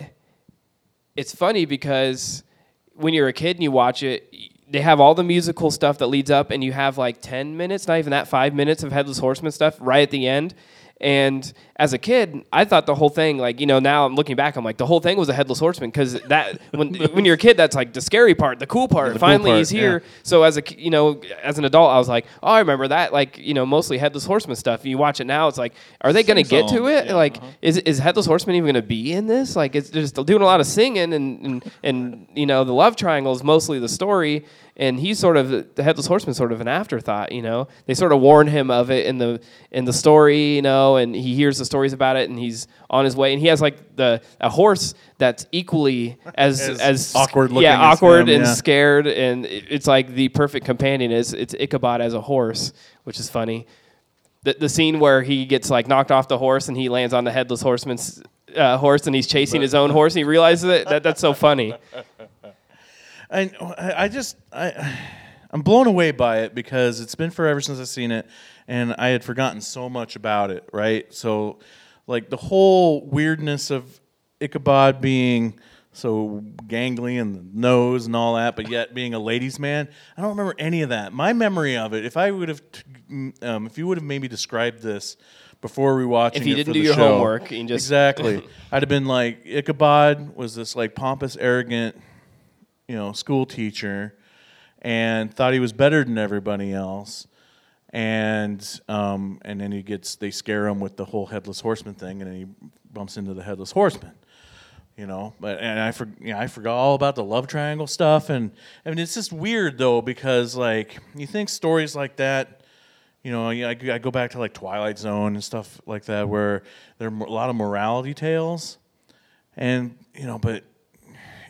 D: it's funny because when you're a kid and you watch it, y- they have all the musical stuff that leads up, and you have like ten minutes, not even that, five minutes of Headless Horseman stuff right at the end. And as a kid, I thought the whole thing, like you know, now I'm looking back, I'm like the whole thing was a headless horseman because that when when you're a kid, that's like the scary part, the cool part.
A: The cool
D: Finally,
A: part,
D: he's here.
A: yeah.
D: So as a ki- you know, as an adult, I was like, oh, I remember that. Like you know, mostly headless horseman stuff. You watch it now, it's like, are they going to get to
C: Sing-song,
D: it?
C: yeah,
A: uh-huh.
D: like, is is headless horseman even going to be in this? Like, it's they're just doing a lot of singing and and, and you know, the love triangle is mostly the story, and he's sort of the headless horseman, sort of an afterthought. You know, they sort of warn him of it in the in the story. You know, and he hears the stories about it, and he's on his way, and he has like the a horse that's equally as as,
A: As awkward looking
D: yeah,
A: as
D: awkward
A: him,
D: and
A: yeah.
D: scared, and it- it's like the perfect companion is it's Ichabod as a horse, which is funny. The, the scene where he gets like knocked off the horse and he lands on the headless horseman's uh, horse and he's chasing his own horse and he realizes it. That that's so funny.
A: I I just I I'm blown away by it because it's been forever since I've seen it, and I had forgotten so much about it. Right, so like the whole weirdness of Ichabod being so gangly and the nose and all that, but yet being a ladies' man. I don't remember any of that. My memory of it, if I would have, t- mm, um, if you would have maybe described this before rewatching,
D: If you
A: it
D: didn't
A: for
D: do
A: the
D: your
A: show,
D: homework and just-
A: exactly, I'd have been like Ichabod was this like pompous, arrogant you know, school teacher and thought he was better than everybody else and um, and then he gets they scare him with the whole headless horseman thing, and then he bumps into the headless horseman. You know, but and I for, you know, I forgot all about the love triangle stuff, and I mean it's just weird though because like you think stories like that you know, I, I go back to like Twilight Zone and stuff like that, where there are mo- a lot of morality tales, and you know, but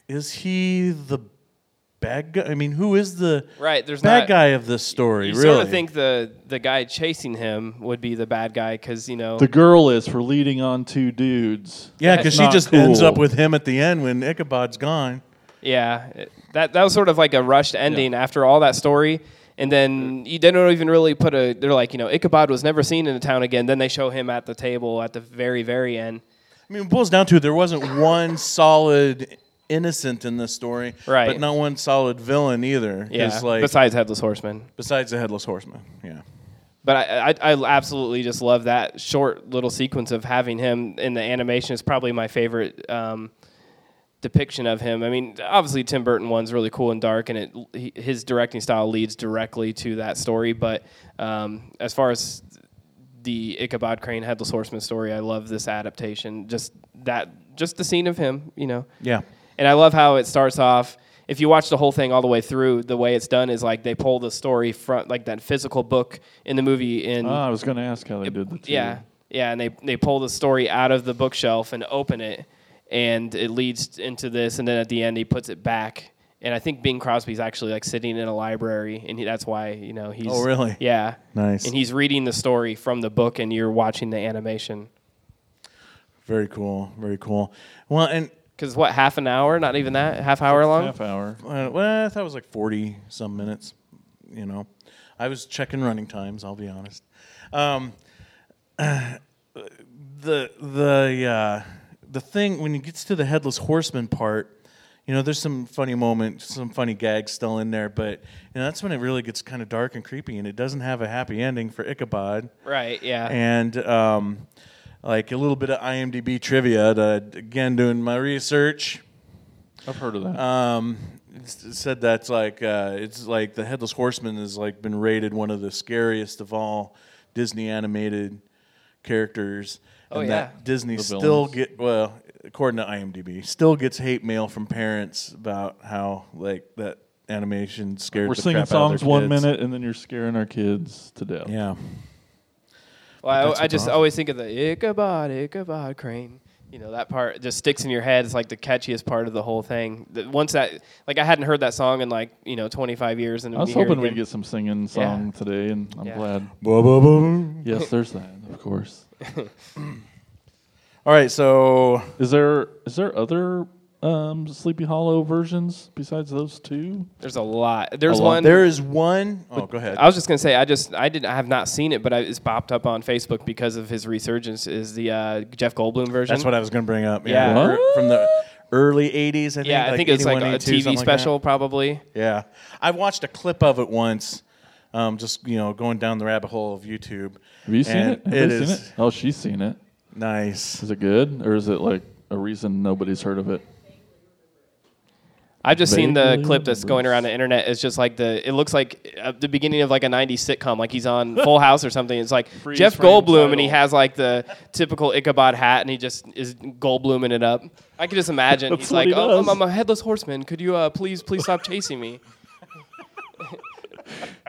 A: is he the bad guy? I mean, who is the
D: Right, there's
A: bad
D: not-
A: guy of this story?
D: You
A: really,
D: sort of think the the guy chasing him would be the bad guy because you know
C: The girl is for leading on two dudes.
A: yeah,
D: that's
A: because she
C: not
A: just ends
C: cool.
A: up with him at the end when Ichabod's gone.
D: yeah it- that that was sort of like a rushed ending after all that story. And then you they don't even really put a. They're like, you know, Ichabod was never seen in the town again. Then they show him at the table at the very, very end.
A: I mean, it boils down to there wasn't one solid innocent in this story,
D: Right.
A: But not one solid villain either. 'cause,
D: Yeah.
A: like
D: besides Headless Horseman,
A: besides the headless horseman, yeah.
D: But I, I, I absolutely just love that short little sequence of having him in the animation. is probably my favorite um, depiction of him. I mean, obviously Tim Burton one's really cool and dark, and it he, his directing style leads directly to that story. But um, as far as the Ichabod Crane Headless Horseman story, I love this adaptation. Just that, just the scene of him, you know.
A: Yeah.
D: And I love how it starts off. If you watch the whole thing all the way through, the way it's done is like they pull the story from like that physical book in the movie in
C: Ah, I was going to ask how they did the two.
D: yeah yeah, and they they pull the story out of the bookshelf and open it, and it leads into this, and then at the end he puts it back. And I think Bing Crosby's actually like sitting in a library, and he, that's why you know he's
A: Oh, really?
D: yeah
A: Nice.
D: and he's reading the story from the book, and you're watching the animation.
A: Very cool. Very cool. Well, and
D: Because what half an hour? Not even that half hour long.
C: Half hour.
A: uh, well, I thought it was like forty some minutes. You know, I was checking running times. I'll be honest. Um, the the uh, the thing when it gets to the headless horseman part, you know, there's some funny moments, some funny gags still in there, but you know that's when it really gets kind of dark and creepy, and it doesn't have a happy ending for Ichabod.
D: Right. Yeah.
A: Uh, and um, like a little bit of IMDb trivia. To, again, doing my research,
C: I've heard of that.
A: um, s- said that's like uh, it's like the Headless Horseman has like been rated one of the scariest of all Disney animated characters,
D: Oh,
A: and
D: yeah.
A: that Disney
C: The
A: still
C: villains.
A: get well according to IMDb still gets hate mail from parents about how like that animation scared.
C: We're
A: the
C: singing
A: crap out of their
C: songs one
A: kids.
C: minute, and then you're scaring our kids to death.
A: Yeah.
D: Well,
A: that's
D: I, I
A: the
D: just
A: problem.
D: always think of the Ichabod, Ichabod Crane. You know that part just sticks in your head. It's like the catchiest part of the whole thing. The- Once that, like, I hadn't heard that song in like you know 25 years, and
C: I was hoping we'd get some singing song
D: Yeah.
C: today, and I'm
D: Yeah.
C: glad.
A: Blah, blah, blah, blah.
C: Yes, there's that, of course.
A: All right, so
C: Is there is there other um, Sleepy Hollow versions besides those two?
D: There's a lot. There's
C: A lot.
D: one.
A: There is one Oh, go ahead.
D: I was just gonna say I just I didn't I have not seen it, but I, it's popped up on Facebook because of his resurgence. Is the uh, Jeff Goldblum version?
A: That's what I was going to bring up.
D: Yeah.
A: er-
C: What?
A: from the early '80s. I think,
D: yeah, I think it's like
A: 81,
D: a
A: 82,
D: TV
A: something like that.
D: special probably.
A: yeah, I watched a clip of it once. Um, just you know, going down the rabbit hole of YouTube.
C: Have you seen
A: And
C: it? Have
A: it
C: you
A: is
C: seen it? Oh, she's seen it.
A: nice.
C: Is it good, or is it like a reason nobody's heard of it?
D: I've just seen the
C: Vaguely
D: clip that's going
C: remembers.
D: around the internet. It's just like the it looks like uh, the beginning of like a '90s sitcom. Like he's on Full House or something. It's like
C: Freeze
D: Jeff
C: frame
D: Goldblum, and he
C: title.
D: has like the typical Ichabod hat, and he just is Goldbluming it up. I can just imagine.
C: That's
D: he's
C: what
D: like,
C: he
D: oh, I'm,
C: does."
D: I'm a headless horseman. Could you uh, please, please stop chasing me?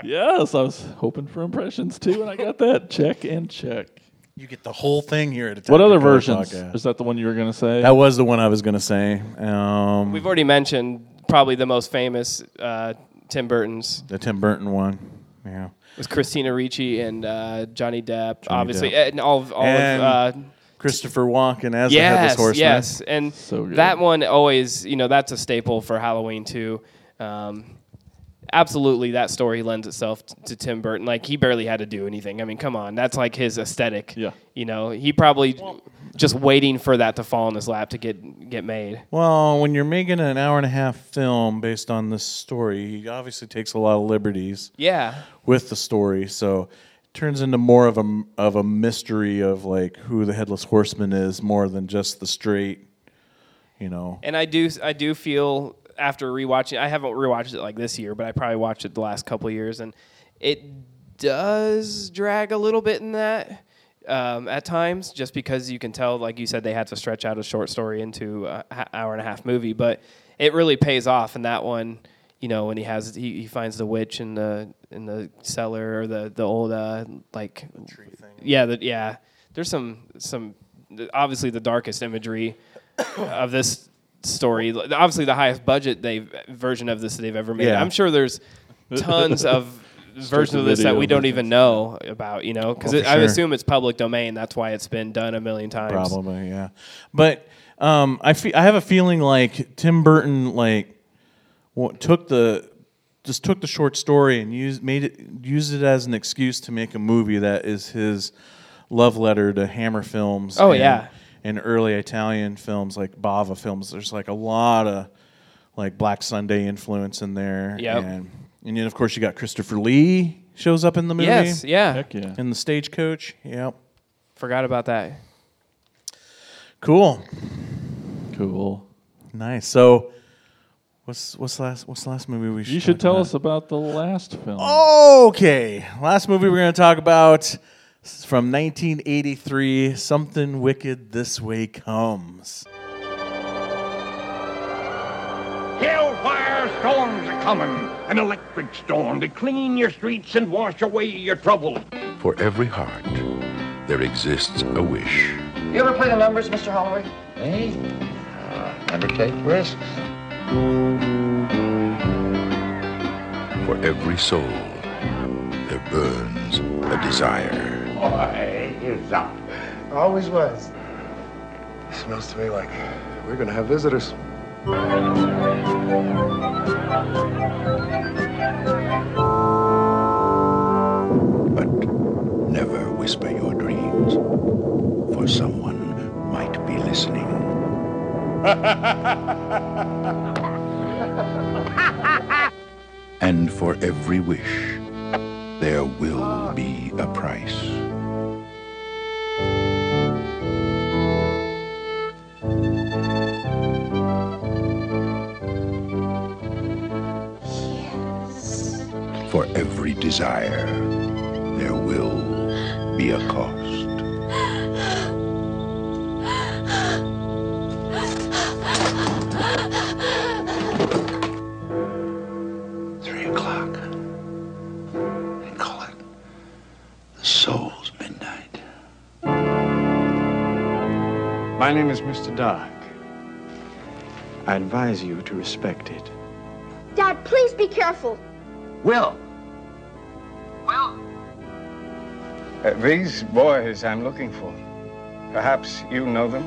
C: Yes, I was hoping for impressions too, and I got that. Check and check.
A: You get the whole thing here at a time.
C: What other versions? Is that the one you were gonna say?
A: That was the one I was going to say. Um,
D: We've already mentioned probably the most famous uh, Tim Burton's
A: the Tim Burton one. Yeah.
D: was Christina Ricci and uh, Johnny Depp, obviously,
A: Depp.
D: and all of all
A: And
D: of. Uh,
A: Christopher Walken as the headless
D: yes,
A: horseman.
D: yes, and
C: So good.
D: that one always, you know, that's a staple for Halloween too. Um, absolutely, that story lends itself t- to Tim Burton. Like he barely had to do anything. I mean, come on, that's like his aesthetic.
C: Yeah.
D: you know, he probably just waiting for that to fall in his lap to get get made.
A: Well, when you're making an hour and a half film based on this story, he obviously takes a lot of liberties.
D: Yeah,
A: with the story. So it turns into more of a of a mystery of like who the headless horseman is more than just the straight, you know.
D: and I do I do feel after rewatching I haven't rewatched it like this year, but I probably watched it the last couple of years and it does drag a little bit in that um, at times, just because you can tell, like you said, they had to stretch out a short story into an hour and a half movie. But it really pays off in that one. You know, when he has he, he finds the witch in the in the cellar or the the old uh, like tree thing. Yeah, the, yeah. There's some some obviously the darkest imagery of this story. Obviously, the highest budget they version of this they've ever made.
A: Yeah.
D: I'm sure there's tons of versions of this that
C: video
D: we don't
C: versions.
D: even know about. You know, because
A: Oh, for
D: I
A: sure.
D: assume it's public domain. That's why it's been done a million times.
A: Probably, yeah. But um, I fe- I have a feeling like Tim Burton like wa- took the just took the short story and used made it used it as an excuse to make a movie that is his love letter to Hammer Films.
D: Oh,
A: and-
D: yeah.
A: and early Italian films like Bava films. There's like a lot of like Black Sunday influence in there.
D: Yep.
A: and and then of course you got Christopher Lee shows up in the movie.
D: Yes. Yeah.
C: Heck yeah.
A: in the stagecoach. Yep,
D: Forgot about that.
A: cool.
C: Cool.
A: Nice. So, what's what's the last what's the last movie we should?
C: You should
A: talk
C: tell
A: about?
C: us about the last film.
A: Oh, Okay, last movie we're going to talk about is from 1983. Something wicked this way comes.
I: Hellfire storms are coming. An electric storm to clean your streets and wash away your troubles.
J: For every heart, there exists a wish.
G: You ever play the numbers, Mr. Holloway?
J: Hey, never take risks. For every soul, there burns a desire.
I: Boy, is up.
J: Always was. Smells to me like we're gonna have visitors. But never whisper your dreams, for someone might be listening. And for every wish, there will be a price. For every desire, there will be a cost. Three o'clock. They call it the soul's midnight.
I: My name is Mr. Dark. I advise you to respect it.
K: Dad, please be careful.
I: Will. Will. Uh, these boys I'm looking for. Perhaps you know them?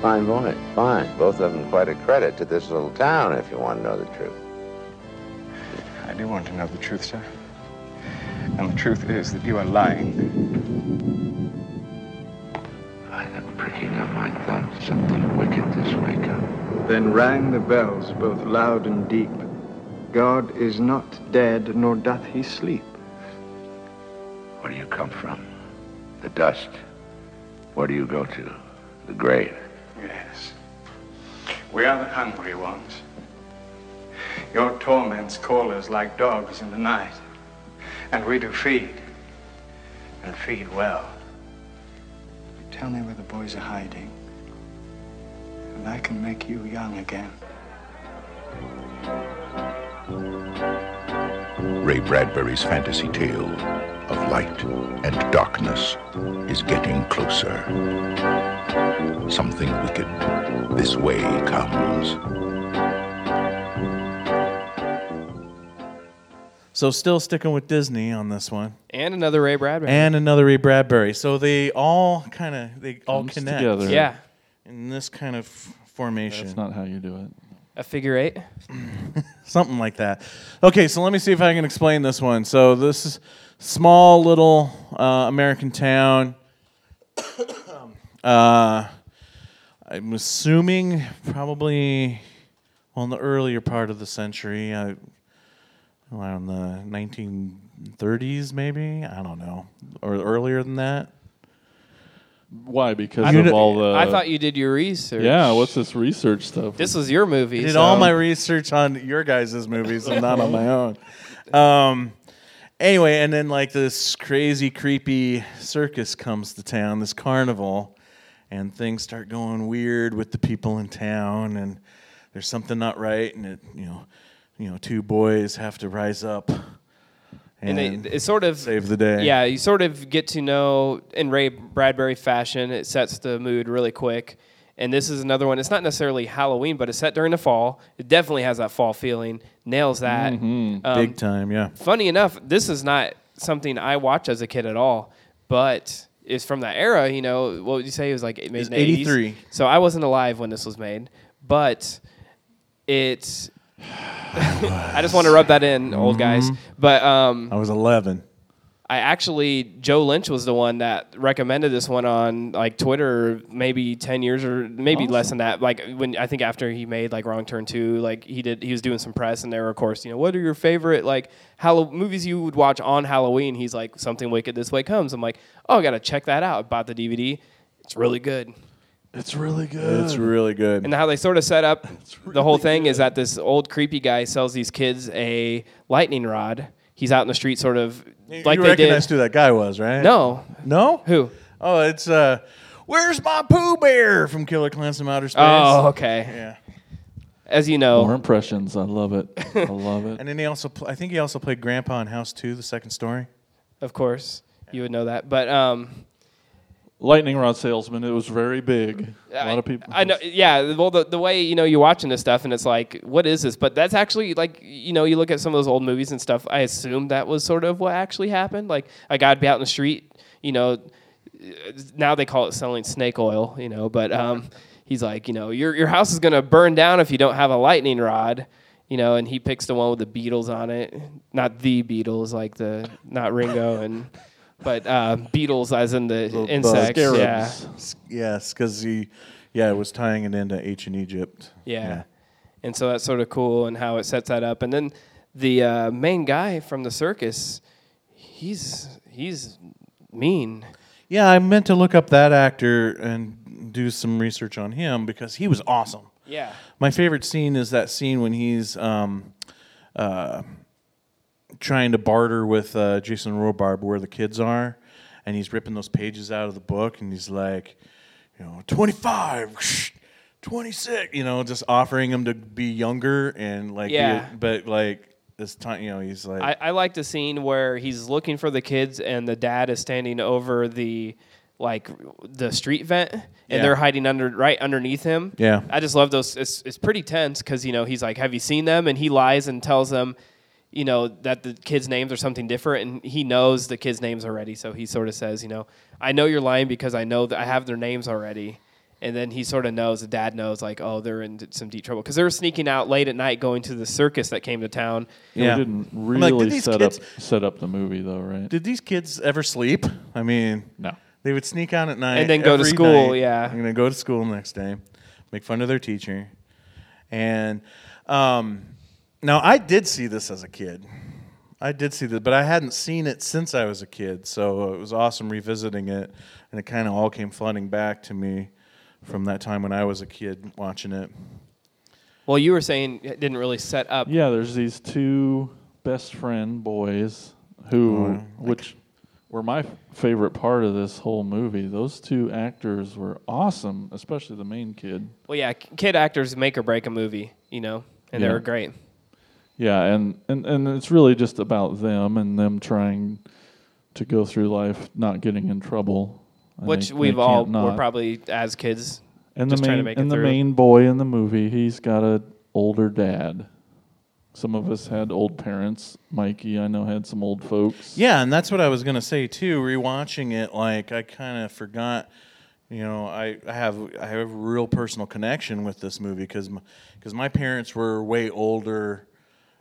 J: Fine, boy. Fine. Both of them quite a credit to this little town, if you want to know the truth.
I: I do want to know the truth, sir. And the truth is that you are lying.
J: I am pricking up my thumb. Something wicked this way comes.
I: Then rang the bells both loud and deep. God is not dead, nor doth he sleep.
J: Where do you come from? The dust. Where do you go to? The grave.
I: Yes. We are the hungry ones. Your torments call us like dogs in the night. And we do feed. And feed well. Tell me where the boys are hiding. And I can make you young again.
J: Ray Bradbury's fantasy tale of light and darkness is getting closer. Something wicked this way comes.
A: So, still sticking with Disney on this one,
D: And another Ray Bradbury.
A: and another Ray Bradbury. So they all kind of they all
C: Comes
A: connect
C: together.
D: yeah,
A: in this kind of formation.
C: That's not how you do it.
D: a figure eight.
A: something like that. Okay, so let me see if I can explain this one. So this is small little uh, American town. uh, I'm assuming probably well in the earlier part of the century, uh, around the 1930s maybe. I don't know, or earlier than that.
C: Why? Because
D: I
C: of
D: thought-
C: all the.
A: Uh,
D: I thought you did your research.
C: Yeah, what's this research stuff?
D: This was your movie.
A: I did
D: so-
A: all my research on your guys' movies and not on my own. Um, anyway, and then like this crazy, creepy circus comes to town, this carnival, and things start going weird with the people in town, and there's something not right, and it, you know, you know, two boys have to rise up.
D: And, they, it sort of
A: save the day.
D: Yeah, you sort of get to know in Ray Bradbury fashion. It sets the mood really quick. And this is another one. It's not necessarily Halloween, but it's set during the fall. It definitely has that fall feeling. Nails that
A: Mhm.
D: um,
A: Big time, yeah.
D: Funny enough, this is not something I watched as a kid at all, but it's from that era. You know, what would you say? It was like made
A: It's
D: in the 80s.
A: 83.
D: So I wasn't alive when this was made, but it's. I just want to rub that in, old guys.
A: Mhm.
D: But um,
A: I was 11.
D: I actually Joe Lynch was the one that recommended this one on like Twitter maybe 10 years or maybe
A: Oh.
D: less than that like when I think after he made like Wrong Turn 2 like he did he was doing some press and there were of course you know what are your favorite like Hall- movies you would watch on Halloween he's like something wicked this way comes I'm like oh I got to check that out I bought the DVD it's really good
C: It's really good.
A: It's really good.
D: and how they sort of set up the whole thing is that this old creepy guy sells these kids a lightning rod he's out in the street sort of
A: You-
D: like
A: you
D: they did
A: recognize who that guy was, right?
D: No.
A: No?
D: Who?
A: Oh, it's uh Where's my Pooh Bear from Killer Clowns from Outer Space?
D: Oh, okay.
A: Yeah.
D: As you know,
C: more impressions. I love it. I love it.
A: And then he also, pl- I think he also played Grandpa in House Two, the second story.
D: of course, you would know that. But um,
C: Lightning rod salesman. It was very big. A lot of people.
D: I know, yeah. Well, the, the way you know you're watching this stuff, and it's like, what is this? But that's actually like, you know, you look at some of those old movies and stuff. I assume that was sort of what actually happened. Like a guy'd be out in the street, you know. Now they call it selling snake oil, you know. But um, he's like, you know, your your house is gonna burn down if you don't have a lightning rod. You know, and he picks the one with the Beatles on it, not the Beatles, like the not Ringo and, but uh, Beatles as in the insects, yeah.
A: S- Yes, because he, yeah, it was tying it into ancient Egypt.
D: Yeah. And so that's sort of cool and how it sets that up. And then the uh, main guy from the circus, he's he's mean.
A: Yeah, I meant to look up that actor and do some research on him because he was awesome.
D: Yeah.
A: My favorite scene is that scene when he's um, uh, trying to barter with uh, Jason Robarb where the kids are, and he's ripping those pages out of the book, and he's like, you know, 25, 26, you know, just offering him to be younger and like, be a-
D: Yeah.
A: but like this time, you know, he's like,
D: I, I like the scene where he's looking for the kids and the dad is standing over the like the street vent and
A: Yeah.
D: they're hiding under right underneath him.
A: Yeah.
D: I just love those. It's, it's pretty tense because you know he's like, "Have you seen them?" and he lies and tells them, you know, that the kids' names are something different, and he knows the kids' names already. So he sort of says, you know, "I know you're lying because I know that I have their names already." And then he sort of knows, the dad knows, like, oh, they're in some deep trouble because they were sneaking out late at night going to the circus that came to town.
C: Yeah. We didn't
A: I'm
C: really
A: like, did these
C: set
A: kids-
C: up set up the movie though, right?
A: Did these kids ever sleep? I mean,
C: no.
A: They would sneak out at night
D: And then go to
A: every
D: school,
A: night.
D: yeah.
A: And then go to school the next day, make fun of their teacher, and um, now I did see this as a kid. I did see this, but I hadn't seen it since I was a kid, so it was awesome revisiting it, and it kind of all came flooding back to me from that time when I was a kid watching it.
D: Well, you were saying it didn't really set up.
C: Yeah, there's these two best friend boys who,
A: Oh,
C: which were my favorite part of this whole movie. Those two actors were awesome, especially the main kid.
D: Well, yeah, k- kid actors make or break a movie, you know, and they
C: Yeah.
D: were great.
C: Yeah, and, and, and it's really just about them and them trying to go through life not getting in trouble. And
D: Which
C: they- they
D: we've all
C: can't not.
D: were probably as kids
C: and
D: just
C: the main,
D: trying to make
C: and
D: it
C: the
D: through.
C: main boy in the movie, he's got a older dad. Some of us had old parents. Mikey, I know, had some old folks.
A: Yeah, and that's what I was gonna say too. Rewatching it, like I kind of forgot. You know, I, I have I have a real personal connection with this movie because because my parents were way older,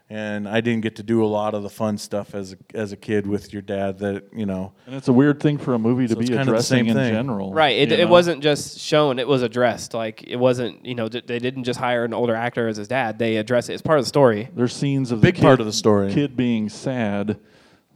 A: and I didn't get to do a lot of the fun stuff as a, as a kid with your dad. That you know,
C: And it's a weird thing for a movie to
A: So
C: be
A: it's kind of the
C: addressing
A: same
C: in
A: thing.
C: general.
D: Right. It,
C: you
D: it
C: know?
D: wasn't just shown, it was addressed. Like, it wasn't, you know, d- they didn't just hire an older actor as his dad. They address it. It's part of the story.
C: There's scenes of
A: Big
C: the kid,
A: part of the story.
C: Kid being sad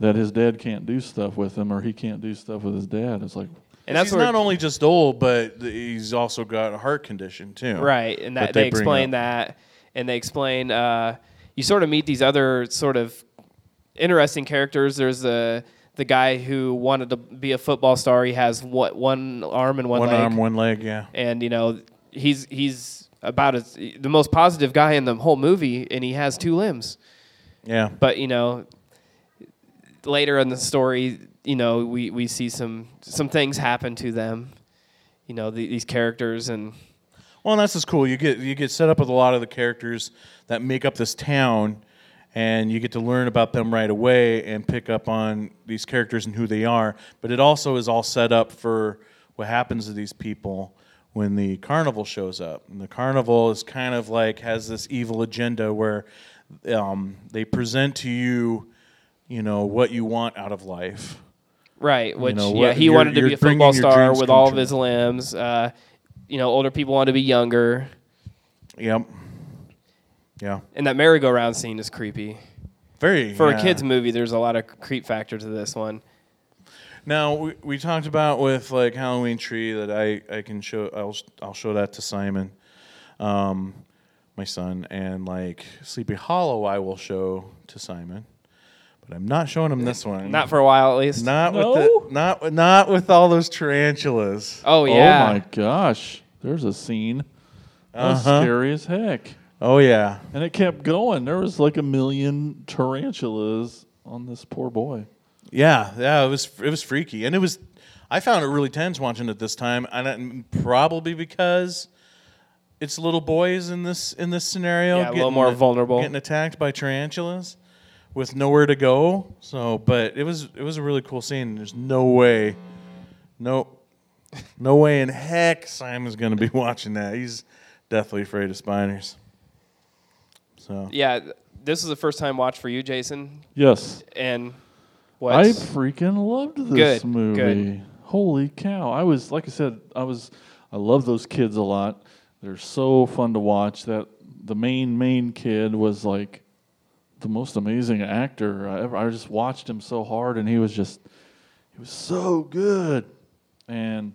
C: that his dad can't do stuff with him, or he can't do stuff with his dad. It's like,
D: And that's
A: he's
D: where-
A: not only just old, but th- he's also got a heart condition too.
D: Right, and that they,
A: they bring
D: explain
A: up.
D: that, and they explain uh, you sort of meet these other sort of interesting characters. There's the the guy who wanted to be a football star. He has what one arm and one,
A: One
D: leg.
A: arm, one leg, yeah.
D: And you know he's he's about as the most positive guy in the whole movie, and he has two limbs.
A: Yeah.
D: But you know, later in the story, you know, we, we see some some things happen to them. You know, the, these characters and
A: Well, and that's just cool. You get you get set up with a lot of the characters that make up this town, and you get to learn about them right away and pick up on these characters and who they are. But it also is all set up for what happens to these people when the carnival shows up. And the carnival is kind of like has this evil agenda where um, they present to you, you know, what you want out of life.
D: Right,
A: You
D: which
A: know,
D: yeah,
A: what-
D: he
A: you're-
D: wanted to
A: you're
D: be a
A: bringing
D: football
A: your
D: star
A: dreams
D: with
A: come
D: all of
A: true.
D: his limbs. Uh, you know, older people want to be younger,
A: Yep. Yeah.
D: and that merry-go-round scene is creepy.
A: Very,
D: for a
A: yeah.
D: kids movie. There's a lot of creep factor to this one.
A: Now we, we talked about with like Halloween tree that I, I can show I'll sh- I'll show that to Simon, um, my son, and like Sleepy Hollow I will show to Simon, but I'm not showing him this one.
D: Not for a while, at least.
A: Not with the, not not with all those tarantulas.
C: Oh my gosh. There's a scene. That's
A: Uh-huh.
C: scary as heck.
A: Oh yeah.
C: And it kept going. There was like a million tarantulas on this poor boy.
A: Yeah, yeah, it was it was freaky, and it was. I found it really tense watching it this time, and I- probably because it's little boys in this in this scenario.
D: Yeah, a little
A: getting
D: more vulnerable.
A: getting attacked by tarantulas with nowhere to go. So, but it was it was a really cool scene. There's no way, no, no way in heck Simon's gonna be watching that. He's deathly afraid of spiders. So
D: Yeah, th- this is the first time watch for you, Jason.
C: Yes.
D: And
C: I
D: what?
C: freaking loved this
D: Good,
C: movie.
D: good.
C: Holy cow. I was like I said, I was I love those kids a lot. They're so fun to watch. That the main main kid was like the most amazing actor I ever I just watched him so hard and he was just he was so good. And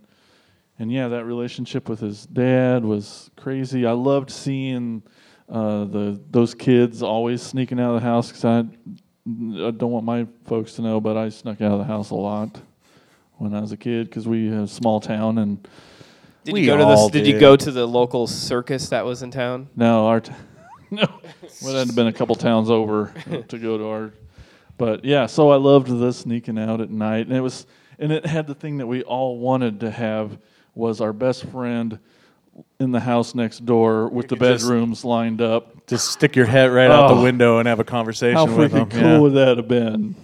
C: and yeah, that relationship with his dad was crazy. I loved seeing uh, the those kids always sneaking out of the house because I, I don't want my folks to know, but I snuck out of the house a lot when I was a kid because we had a small town and
D: Did you go to this? Did. you go to the local circus that was in town?
C: no, our t- no. Well, that'd have been a couple towns over to go to our. But yeah, so I loved the sneaking out at night, and it was, and it had the thing that we all wanted to have was our best friend in the house next door with the
A: could just-
C: bedrooms lined up.
A: Just stick your head right out the
C: Oh.
A: window and have a conversation
C: How
A: with them.
C: freaking cool would that have been?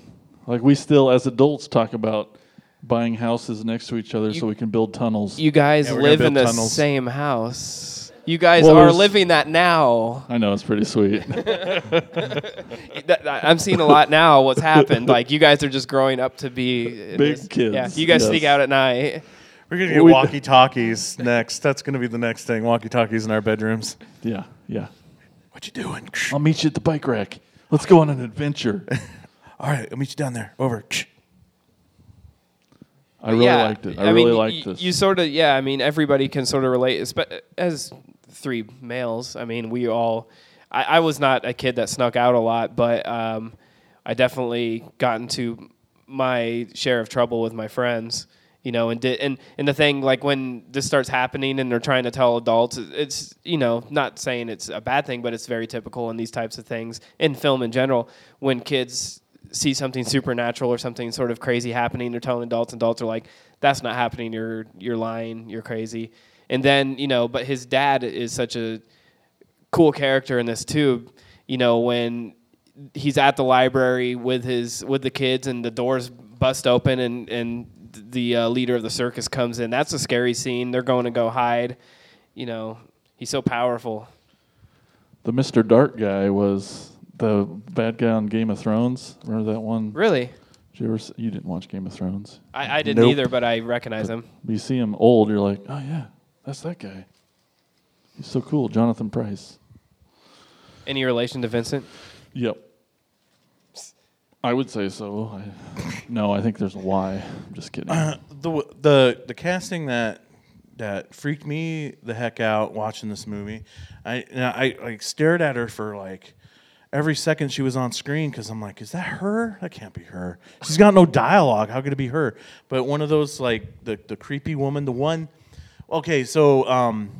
C: Like we still, as adults, talk about buying houses next to each other so we can build tunnels.
D: You guys
C: Yeah, we're gonna
D: live in
C: build
D: the
C: tunnels.
D: same house. You guys
C: Well,
D: are
C: there's-
D: living that now.
C: I know it's pretty sweet.
D: That- that- I'm seeing a lot now. What's happened? Like you guys are just growing up to be in
C: Big
D: this-
C: kids,
D: Yeah, you guys
A: yes.
D: sneak out at night.
A: We're gonna get
C: We-
A: walkie talkies next. That's gonna be the next thing. Walkie talkies in our bedrooms.
C: Yeah, yeah.
A: What you doing?
C: I'll meet you at the bike rack. Let's go on an adventure.
A: All right, I'll meet you down there. Over.
C: I really
D: Yeah,
C: liked it. I, really
D: mean,
C: liked
D: y-
C: this.
D: You sort of, yeah. I mean, everybody can sort of relate, espe- as three males. I mean, we all. I, I was not a kid that snuck out a lot, but um, I definitely got into my share of trouble with my friends. You know, and did and and the thing like when this starts happening and they're trying to tell adults, it- it's you know not saying it's a bad thing, but it's very typical in these types of things in film in general when kids see something supernatural or something sort of crazy happening, they're telling adults, and adults are like, "That's not happening. You're you're lying. You're crazy." And then you know, but his dad is such a cool character in this too. You know, when he's at the library with his with the kids, and the doors bust open, and and the uh, leader of the circus comes in. That's a scary scene. They're going to go hide. You know, he's so powerful.
C: the Mr. Dark guy was the bad guy on Game of Thrones. Remember that one?
D: Really?
C: Did you ever? s- You didn't watch Game of Thrones.
D: I, I didn't
C: Nope.
D: either, but I recognize him.
C: You see him old, you're like, oh yeah, that's that guy. He's so cool, Jonathan Price.
D: Any relation to Vincent?
C: Yep. I would say so. I, no, I think there's a why. I'm just kidding.
A: the the the casting that that freaked me the heck out watching this movie. I and I like stared at her for like every second she was on screen because I'm like, is that her? That can't be her. She's got no dialogue. How could it be her? But one of those like the the creepy woman, the one. Okay, so um,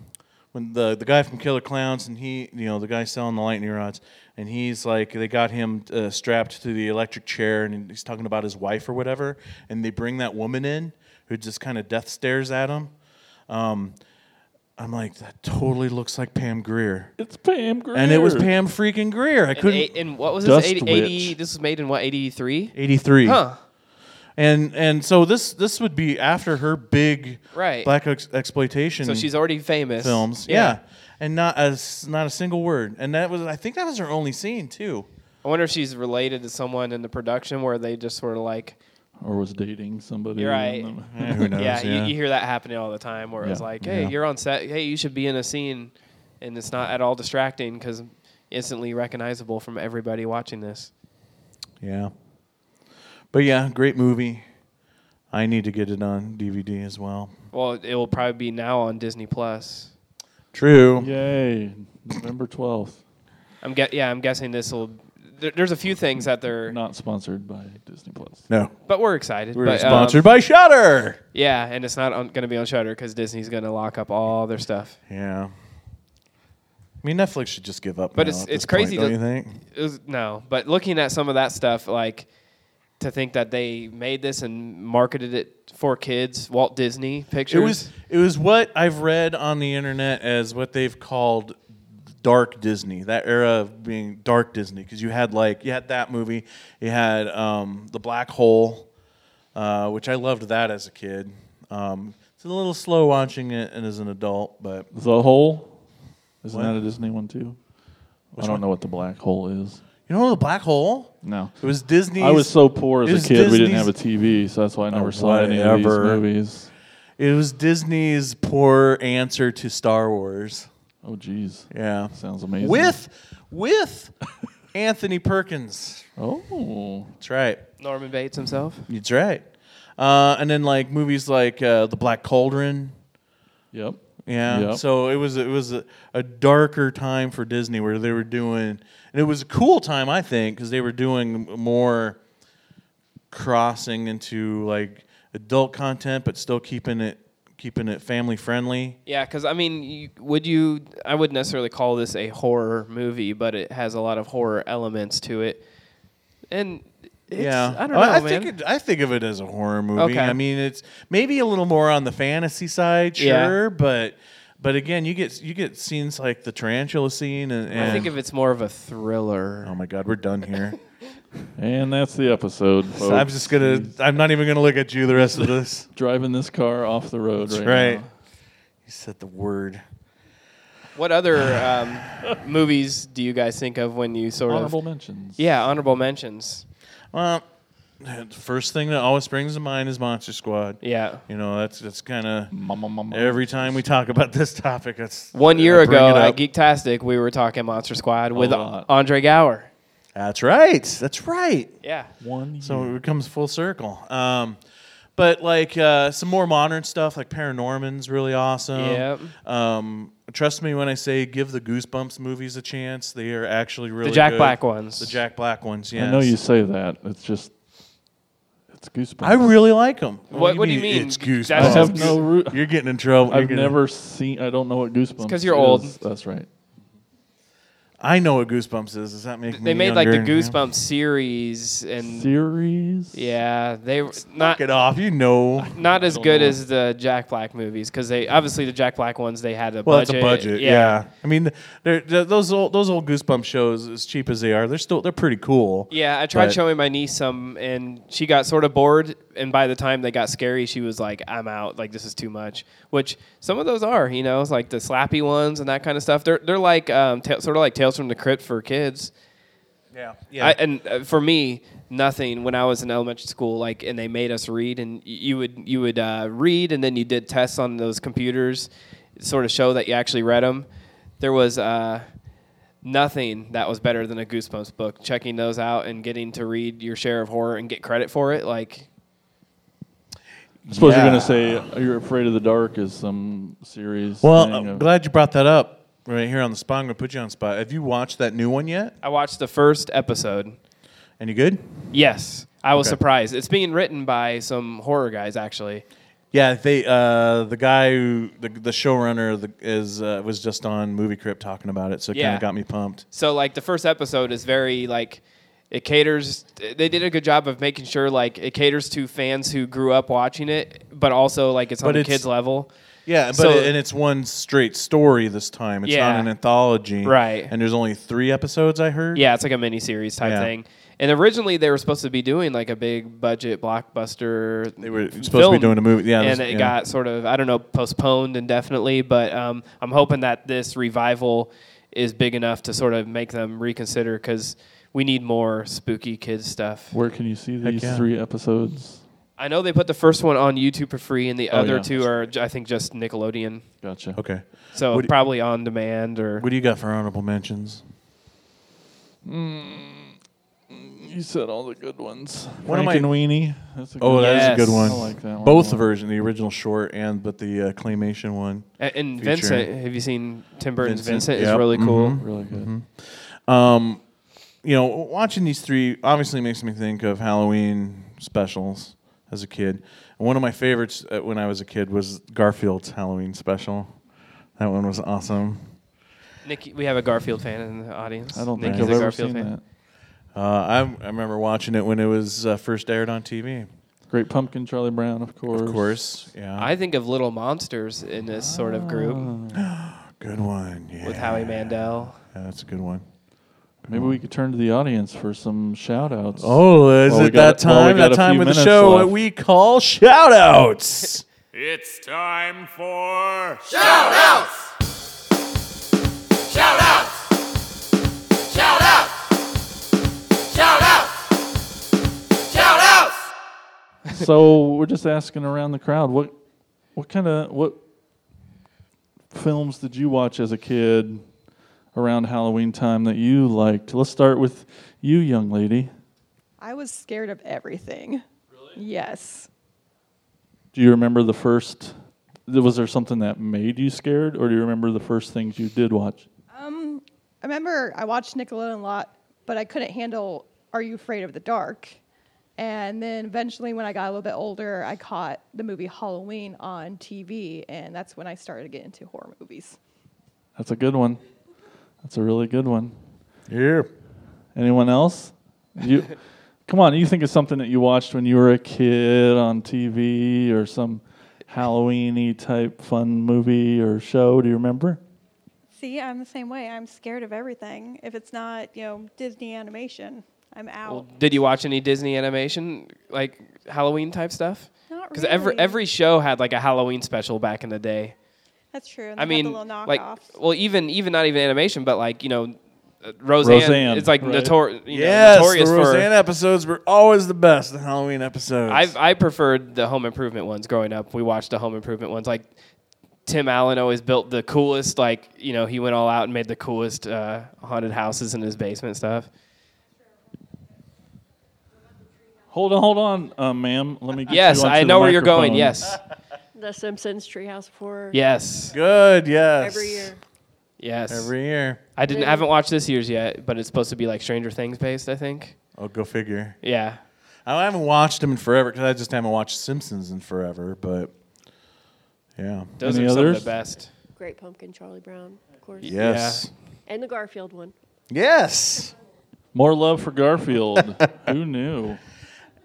A: when the the guy from Killer Clowns and he, you know, the guy selling the lightning rods, and he's like, they got him uh, strapped to the electric chair, and he's talking about his wife or whatever, and they bring that woman in who just kind of death stares at him. Um, I'm like, that totally looks like Pam Greer.
C: It's Pam Greer.
A: And it was Pam freaking Greer. I
D: And
A: couldn't.
D: eight- and what was
A: Dust
D: this? 80,
A: Witch.
D: 80 This was made in what? Eighty three.
A: 83.
D: Huh.
A: And and so this this would be after her big
D: Right.
A: black ex- exploitation.
D: So she's already famous.
A: Films,
D: Yeah.
A: yeah. and not as not a single word. And that was I think that was her only scene too.
D: I wonder if she's related to someone in the production where they just sort of like.
C: Or was dating somebody.
D: You're right.
C: and then-
D: you- You, hear that happening all the time where it's
C: Yeah.
D: like, hey,
C: Yeah.
D: you're on set. Hey, you should be in a scene, and it's not at all distracting because instantly recognizable from everybody watching this.
A: Yeah. But yeah, great movie. I need to get it on DVD as well.
D: Well, it will probably be now on Disney Plus.
A: True.
C: Yay. November 12th.
D: I'm get yeah. I'm guessing this will. There, there's a few things that they're
C: not sponsored by Disney Plus.
A: No.
D: but we're excited.
A: We're
D: but,
A: sponsored
D: um,
A: by Shudder.
D: Yeah, and it's not going to be on Shutter because Disney's going to lock up all their stuff.
A: Yeah. I mean, Netflix should just give up.
D: But
A: now
D: it's
A: at
D: it's
A: this point,
D: crazy.
A: don't
D: to,
A: you think?
D: it was- no, but looking at some of that stuff, like to think that they made this and marketed it for kids, Walt Disney pictures.
A: It was it was what I've read on the internet as what they've called dark Disney. That era of being dark Disney because you had like you had that movie, you had um, the Black Hole, uh, which I loved that as a kid. Um, it's a little slow watching it and as an adult, but
C: The Hole. Isn't
A: What?
C: that a Disney one too?
A: Which
C: I don't
A: one?
C: know what the black hole is.
A: you know the Black Hole.
C: No.
A: it was Disney.
C: I was so poor as a kid, we didn't have a
A: TV.
C: TV, so that's why I never
A: Oh,
C: saw any of these
A: whatever.
C: movies.
A: It was Disney's poor answer to Star Wars.
C: Oh, jeez.
A: Yeah.
C: Sounds amazing.
A: With with Anthony Perkins.
C: Oh.
A: That's right.
D: Norman Bates himself.
A: That's right. Uh, and then like movies like uh, The Black Cauldron.
C: Yep.
A: Yeah.
C: Yep.
A: So it was it was a, a darker time for Disney where they were doing, and it was a cool time I think because they were doing more crossing into like adult content, but still keeping it keeping it family friendly.
D: Yeah, because I mean, you, would you? I wouldn't necessarily call this a horror movie, but it has a lot of horror elements to it. And it's,
A: yeah,
D: I don't know,
A: Well, I
D: man.
A: think it, I think of it as a horror movie.
D: Okay.
A: I mean, it's maybe a little more on the fantasy side,
D: Yeah.
A: sure, but but again, you get you get scenes like the tarantula scene, and,
D: I think
A: and-
D: if it's more of a thriller.
A: oh my god, we're done here.
C: And that's the episode. Folks.
A: So I'm just gonna. I'm not even gonna look at you the rest of this.
C: driving this car off the road
A: That's
C: right,
A: right.
C: now.
A: You said the word.
D: What other um, movies do you guys think of when you sort
C: Honorable
D: of?
C: mentions.
D: Yeah, honorable mentions.
A: Well, the first thing that always springs to mind is Monster Squad.
D: Yeah.
A: You know, that's that's kind
D: Mm.
A: of
C: Mama, mama.
A: every time we talk about this topic. That's
D: One year
A: I bring
D: ago
A: it
D: at
A: up.
D: Geektastic, we were talking Monster Squad with
C: lot.
D: Andre Gower.
A: That's right. That's right.
D: Yeah.
C: One. year.
A: So it comes full circle. Um, but like uh, some more modern stuff, like Paranorman's Oh, really awesome.
D: Yep.
A: Um, trust me when I say give the Goosebumps movies a chance. They are actually really
D: Jack
A: good.
D: Black ones.
A: The Jack Black ones. Yes.
C: I know you say that. It's just, it's goosebumps.
A: I really like them.
D: What- what do you mean?
A: It's
D: That's
A: Goosebumps.
C: I
D: just
C: have no root.
A: You're getting in trouble. You're
C: I've
A: getting-
C: never seen. I don't know what goosebumps.
D: 'cause you're old.
C: is. That's right.
A: I know what Goosebumps is. Does that make me
D: They made like the
A: younger? Yeah.
D: Goosebumps series, and
C: Series.
D: yeah, they were
A: Knock
D: not
A: it off. You know.
D: not as good
C: know.
D: as the Jack Black movies because they obviously the Jack Black ones they had a
A: Well,
D: budget.
A: it's a budget. Yeah. I mean, they're, they're- those old those old Goosebumps shows, as cheap as they are, they're still they're pretty cool.
D: Yeah, I tried
A: But-
D: showing my niece some, and she got sort of bored. And by the time they got scary, she was like, "I'm out. Like this is too much." Which some of those are, you know, it's like the slappy ones and that kind of stuff. They're they're like um, ta- sort of like Tales from the Crypt for kids.
A: Yeah.
D: I, and uh, for me, nothing. When I was in elementary school, like, and they made us read, and y- you would you would uh, read, and then you did tests on those computers, sort of show that you actually read them. There was uh, nothing that was better than a Goosebumps book. Checking those out and getting to read your share of horror and get credit for it, like,
C: I suppose you're
A: Yeah.
C: going to say uh, You're Afraid of the Dark is some series.
A: Well,
C: thing
A: I'm
C: of-
A: glad you brought that up right here on the spot. I'm gonna put you on the spot. Have you watched that new one yet?
D: I watched the first episode.
A: And you good?
D: Yes, I was
A: Okay.
D: surprised. It's being written by some horror guys, actually.
A: Yeah, they uh, the guy who the, the showrunner the, is uh, was just on Movie Crypt talking about it, so it kind
D: Yeah.
A: of got me pumped.
D: So like the first episode is very like it caters. They did a good job of making sure like it caters to fans who grew up watching it, but also like it's on
A: But
D: the
A: it's-
D: kids level.
A: Yeah, but
D: So-
A: it- and it's one straight story this time. It's
D: Yeah.
A: not an anthology,
D: Right.
A: And there's only three episodes. I heard.
D: Yeah, it's like a mini series type
A: Yeah.
D: thing. And originally they were supposed to be doing like a big budget blockbuster. They
A: were supposed to be doing a movie. Yeah, this-
D: and it
A: yeah.
D: got sort of I don't know postponed indefinitely. But um, I'm hoping that this revival is big enough to sort of make them reconsider because we need more spooky kids stuff.
C: Where can you see
D: Heck
C: these
D: yeah.
C: three episodes?
D: I know they put the first one on YouTube for free, and the
C: Oh,
D: other
C: yeah.
D: two are j- I think just Nickelodeon.
C: Gotcha.
A: Okay.
D: So
A: What do-
D: probably on demand or
A: What do you got for honorable mentions?
C: You said all the good ones.
A: One of my-
C: Frankenweenie. That's a good
A: oh,
C: one.
A: that is a good one.
C: Yes. I like that one.
A: Both
C: a lot.
A: version, the original short and but the uh, claymation one.
D: A- and
A: featuring-
D: Vincent, have you seen Tim Burton's Vincent? is
A: yep,
D: really
C: mm-hmm.
D: cool.
A: mhm,
C: Really good.
A: mhm. Um, you know, watching these three obviously makes me think of Halloween specials as a kid. And one of my favorites uh, when I was a kid was Garfield's Halloween special. That one was awesome.
D: Nick, we have a Garfield fan in the audience.
C: I don't think
D: Nikki's
C: I've
D: a
C: ever
D: Garfield
C: seen
D: fan.
C: that.
A: Uh, I, I remember watching it when it was uh, first aired on TV.
C: Great Pumpkin, Charlie Brown, of course.
A: Of course, yeah,
D: I think of Little Monsters in this sort of group
A: good one. Yeah,
C: Ah.
D: with Howie Mandel.
A: Yeah, that's a good one.
C: Maybe we could turn to the audience for some shout outs.
A: Oh, is it that time? That time of the show, what we call shout outs.
B: It's time for
L: Shout outs! Shout outs! Shout outs! Shout outs! Shout outs!
C: so we're just asking around the crowd what what kind of what films did you watch as a kid around Halloween time that you liked? Let's start with you, young lady.
M: I was scared of everything. Really? Yes.
C: Do you remember the first? Was there something that made you scared, or do you remember the first things you did watch?
M: Um, I remember I watched Nickelodeon a lot, but I couldn't handle Are You Afraid of the Dark? And then eventually, when I got a little bit older, I caught the movie Halloween on TV, and that's when I started to get into horror movies.
C: That's a good one. That's a really good one.
A: Yeah.
C: Anyone else? You, come on. You think of something that you watched when you were a kid on TV or some Halloweeny type fun movie or show? Do you remember?
N: See, I'm the same way. I'm scared of everything. If it's not, you know, Disney animation, I'm out.
D: Well, did you watch any Disney animation, like Halloween type stuff?
N: Not
D: Because every
N: really.
D: every show had like a Halloween special back in the day.
N: That's true. And
D: I
N: they had the
D: mean,
N: little
D: like,
N: knockoffs.
D: well, even even not even animation, but like you know, uh, Roseanne.
C: Roseanne,
D: it's like
C: right.
D: notor- you know,
A: Yes,
D: notorious
A: the
D: for.
A: Roseanne episodes were always the best. The Halloween episodes.
D: I've, I preferred the Home Improvement ones growing up. We watched the Home Improvement ones. Like Tim Allen always built the coolest. Like you know, he went all out and made the coolest uh, haunted houses in his basement stuff.
C: Hold on, hold on, uh, ma'am. Let me. Get
D: Yes,
C: you onto
D: I
C: the
D: know where you're going,
C: microphone.
D: yes.
O: The Simpsons Treehouse of Horror.
D: Yes.
A: Good. Yes.
O: Every year.
D: Yes.
A: Every year.
D: I didn't.
O: Really?
D: haven't watched this year's yet, but it's supposed to be like Stranger Things based. I think.
A: Oh, go figure.
D: Yeah.
A: I haven't watched them in forever because I just haven't watched Simpsons in forever. But yeah,
D: Those Any are some of the others? best.
O: Great Pumpkin, Charlie Brown, of course.
A: Yes.
O: And the Garfield one.
A: Yes.
C: More love for Garfield. Who knew?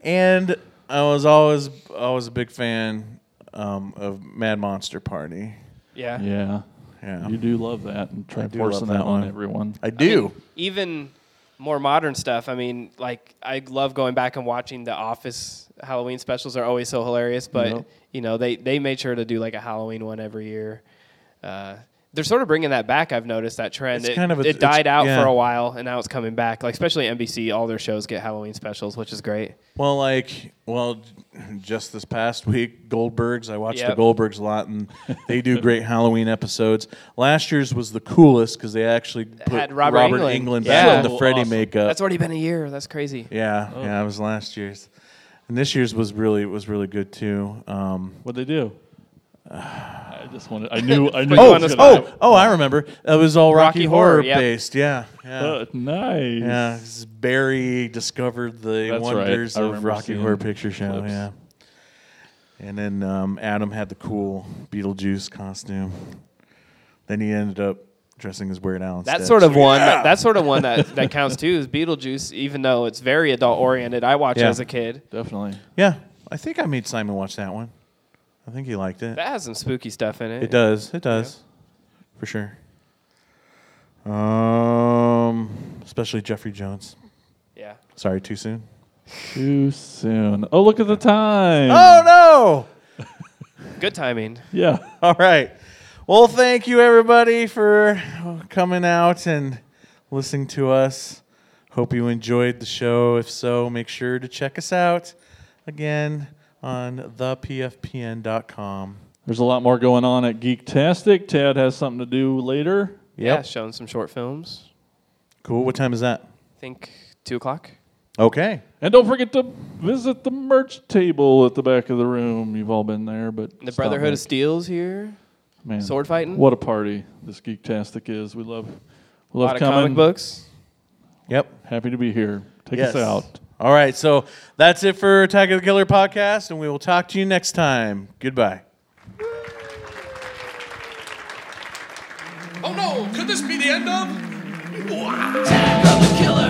A: And I was always always a big fan um, of Mad Monster Party.
D: Yeah.
C: Yeah.
A: Yeah.
C: You do love that and
A: I
C: try
A: do love
C: forcing
A: that
C: that, on
A: one.
C: everyone.
A: I do.
D: Even more modern stuff. I mean, like I love going back and watching the Office Halloween specials. Are always so hilarious. But
C: Yep.
D: you know, they they made sure to do like a Halloween one every year. Uh, they're sort of bringing that back. I've noticed that trend.
A: It's
D: it,
A: kind of a-
D: it
A: it's-
D: died out
A: yeah.
D: for a while, and now it's coming back. Like especially NBC, all their shows get Halloween specials, which is great.
A: Well, like, well, j- just this past week, Goldbergs. I watched
D: Yep.
A: the Goldbergs a lot, and they do great Halloween episodes. Last year's was the coolest because they actually put
D: Had Robert, Englund.
A: back in
D: Yeah.
A: the Freddy makeup.
D: That's already been a year. That's crazy.
A: yeah,
D: Oh.
A: yeah, it was last year's. And this year's was really was really good too. Um,
C: What they do? I just wanted. I knew. I knew. it
A: oh,
C: was gonna
A: oh, oh, I remember. That was all Rocky,
C: Rocky
A: Horror,
C: Horror, yep.
A: based. Yeah. yeah.
C: Uh, nice.
A: Yeah. 'cause Barry discovered the
C: That's right.
A: wonders
C: I
A: of
C: remember
A: Rocky
C: seeing
A: Horror Picture Show.
C: clips.
A: Yeah. And then um, Adam had the cool Beetlejuice costume. Then he ended up dressing as Weird Al.
D: That
A: instead.
D: sort of
A: So,
D: one.
A: yeah!
D: That, that sort of one that, that counts too is Beetlejuice. Even though it's very adult oriented, I watched
A: Yeah.
D: as a kid.
C: Definitely.
A: Yeah, I think I made Simon watch that one. I think he liked it.
D: That has some spooky stuff in it.
A: It does. It does, for sure. Um, especially Jeffrey Jones.
D: Yeah.
A: Sorry, too soon.
C: Too soon. Oh, look at the time.
A: Oh
D: no! Good timing.
C: Yeah.
A: All right. Well, thank you everybody for coming out and listening to us. Hope you enjoyed the show. If so, make sure to check us out again on thepfpn.com.
C: There's a lot more going on at Geektastic. Tad has something to do later.
D: Yeah, showing some short films.
A: Cool. What time is that?
D: I think two o'clock.
A: Okay.
C: And don't forget to visit the merch table at the back of the room. You've all been there, but
D: The
C: stop
D: Brotherhood
C: in.
D: of Steel's here.
C: Man,
D: Sword fighting.
C: What a party this Geektastic is. We love, we love
D: Lot of
C: coming.
D: comic books.
A: Yep.
C: Happy to be here. Take us
A: Yes.
C: out.
A: All right. So that's it for Attack of the Killer podcast, and we will talk to you next time. Goodbye.
B: Oh no, could this be the end of? Attack of the killer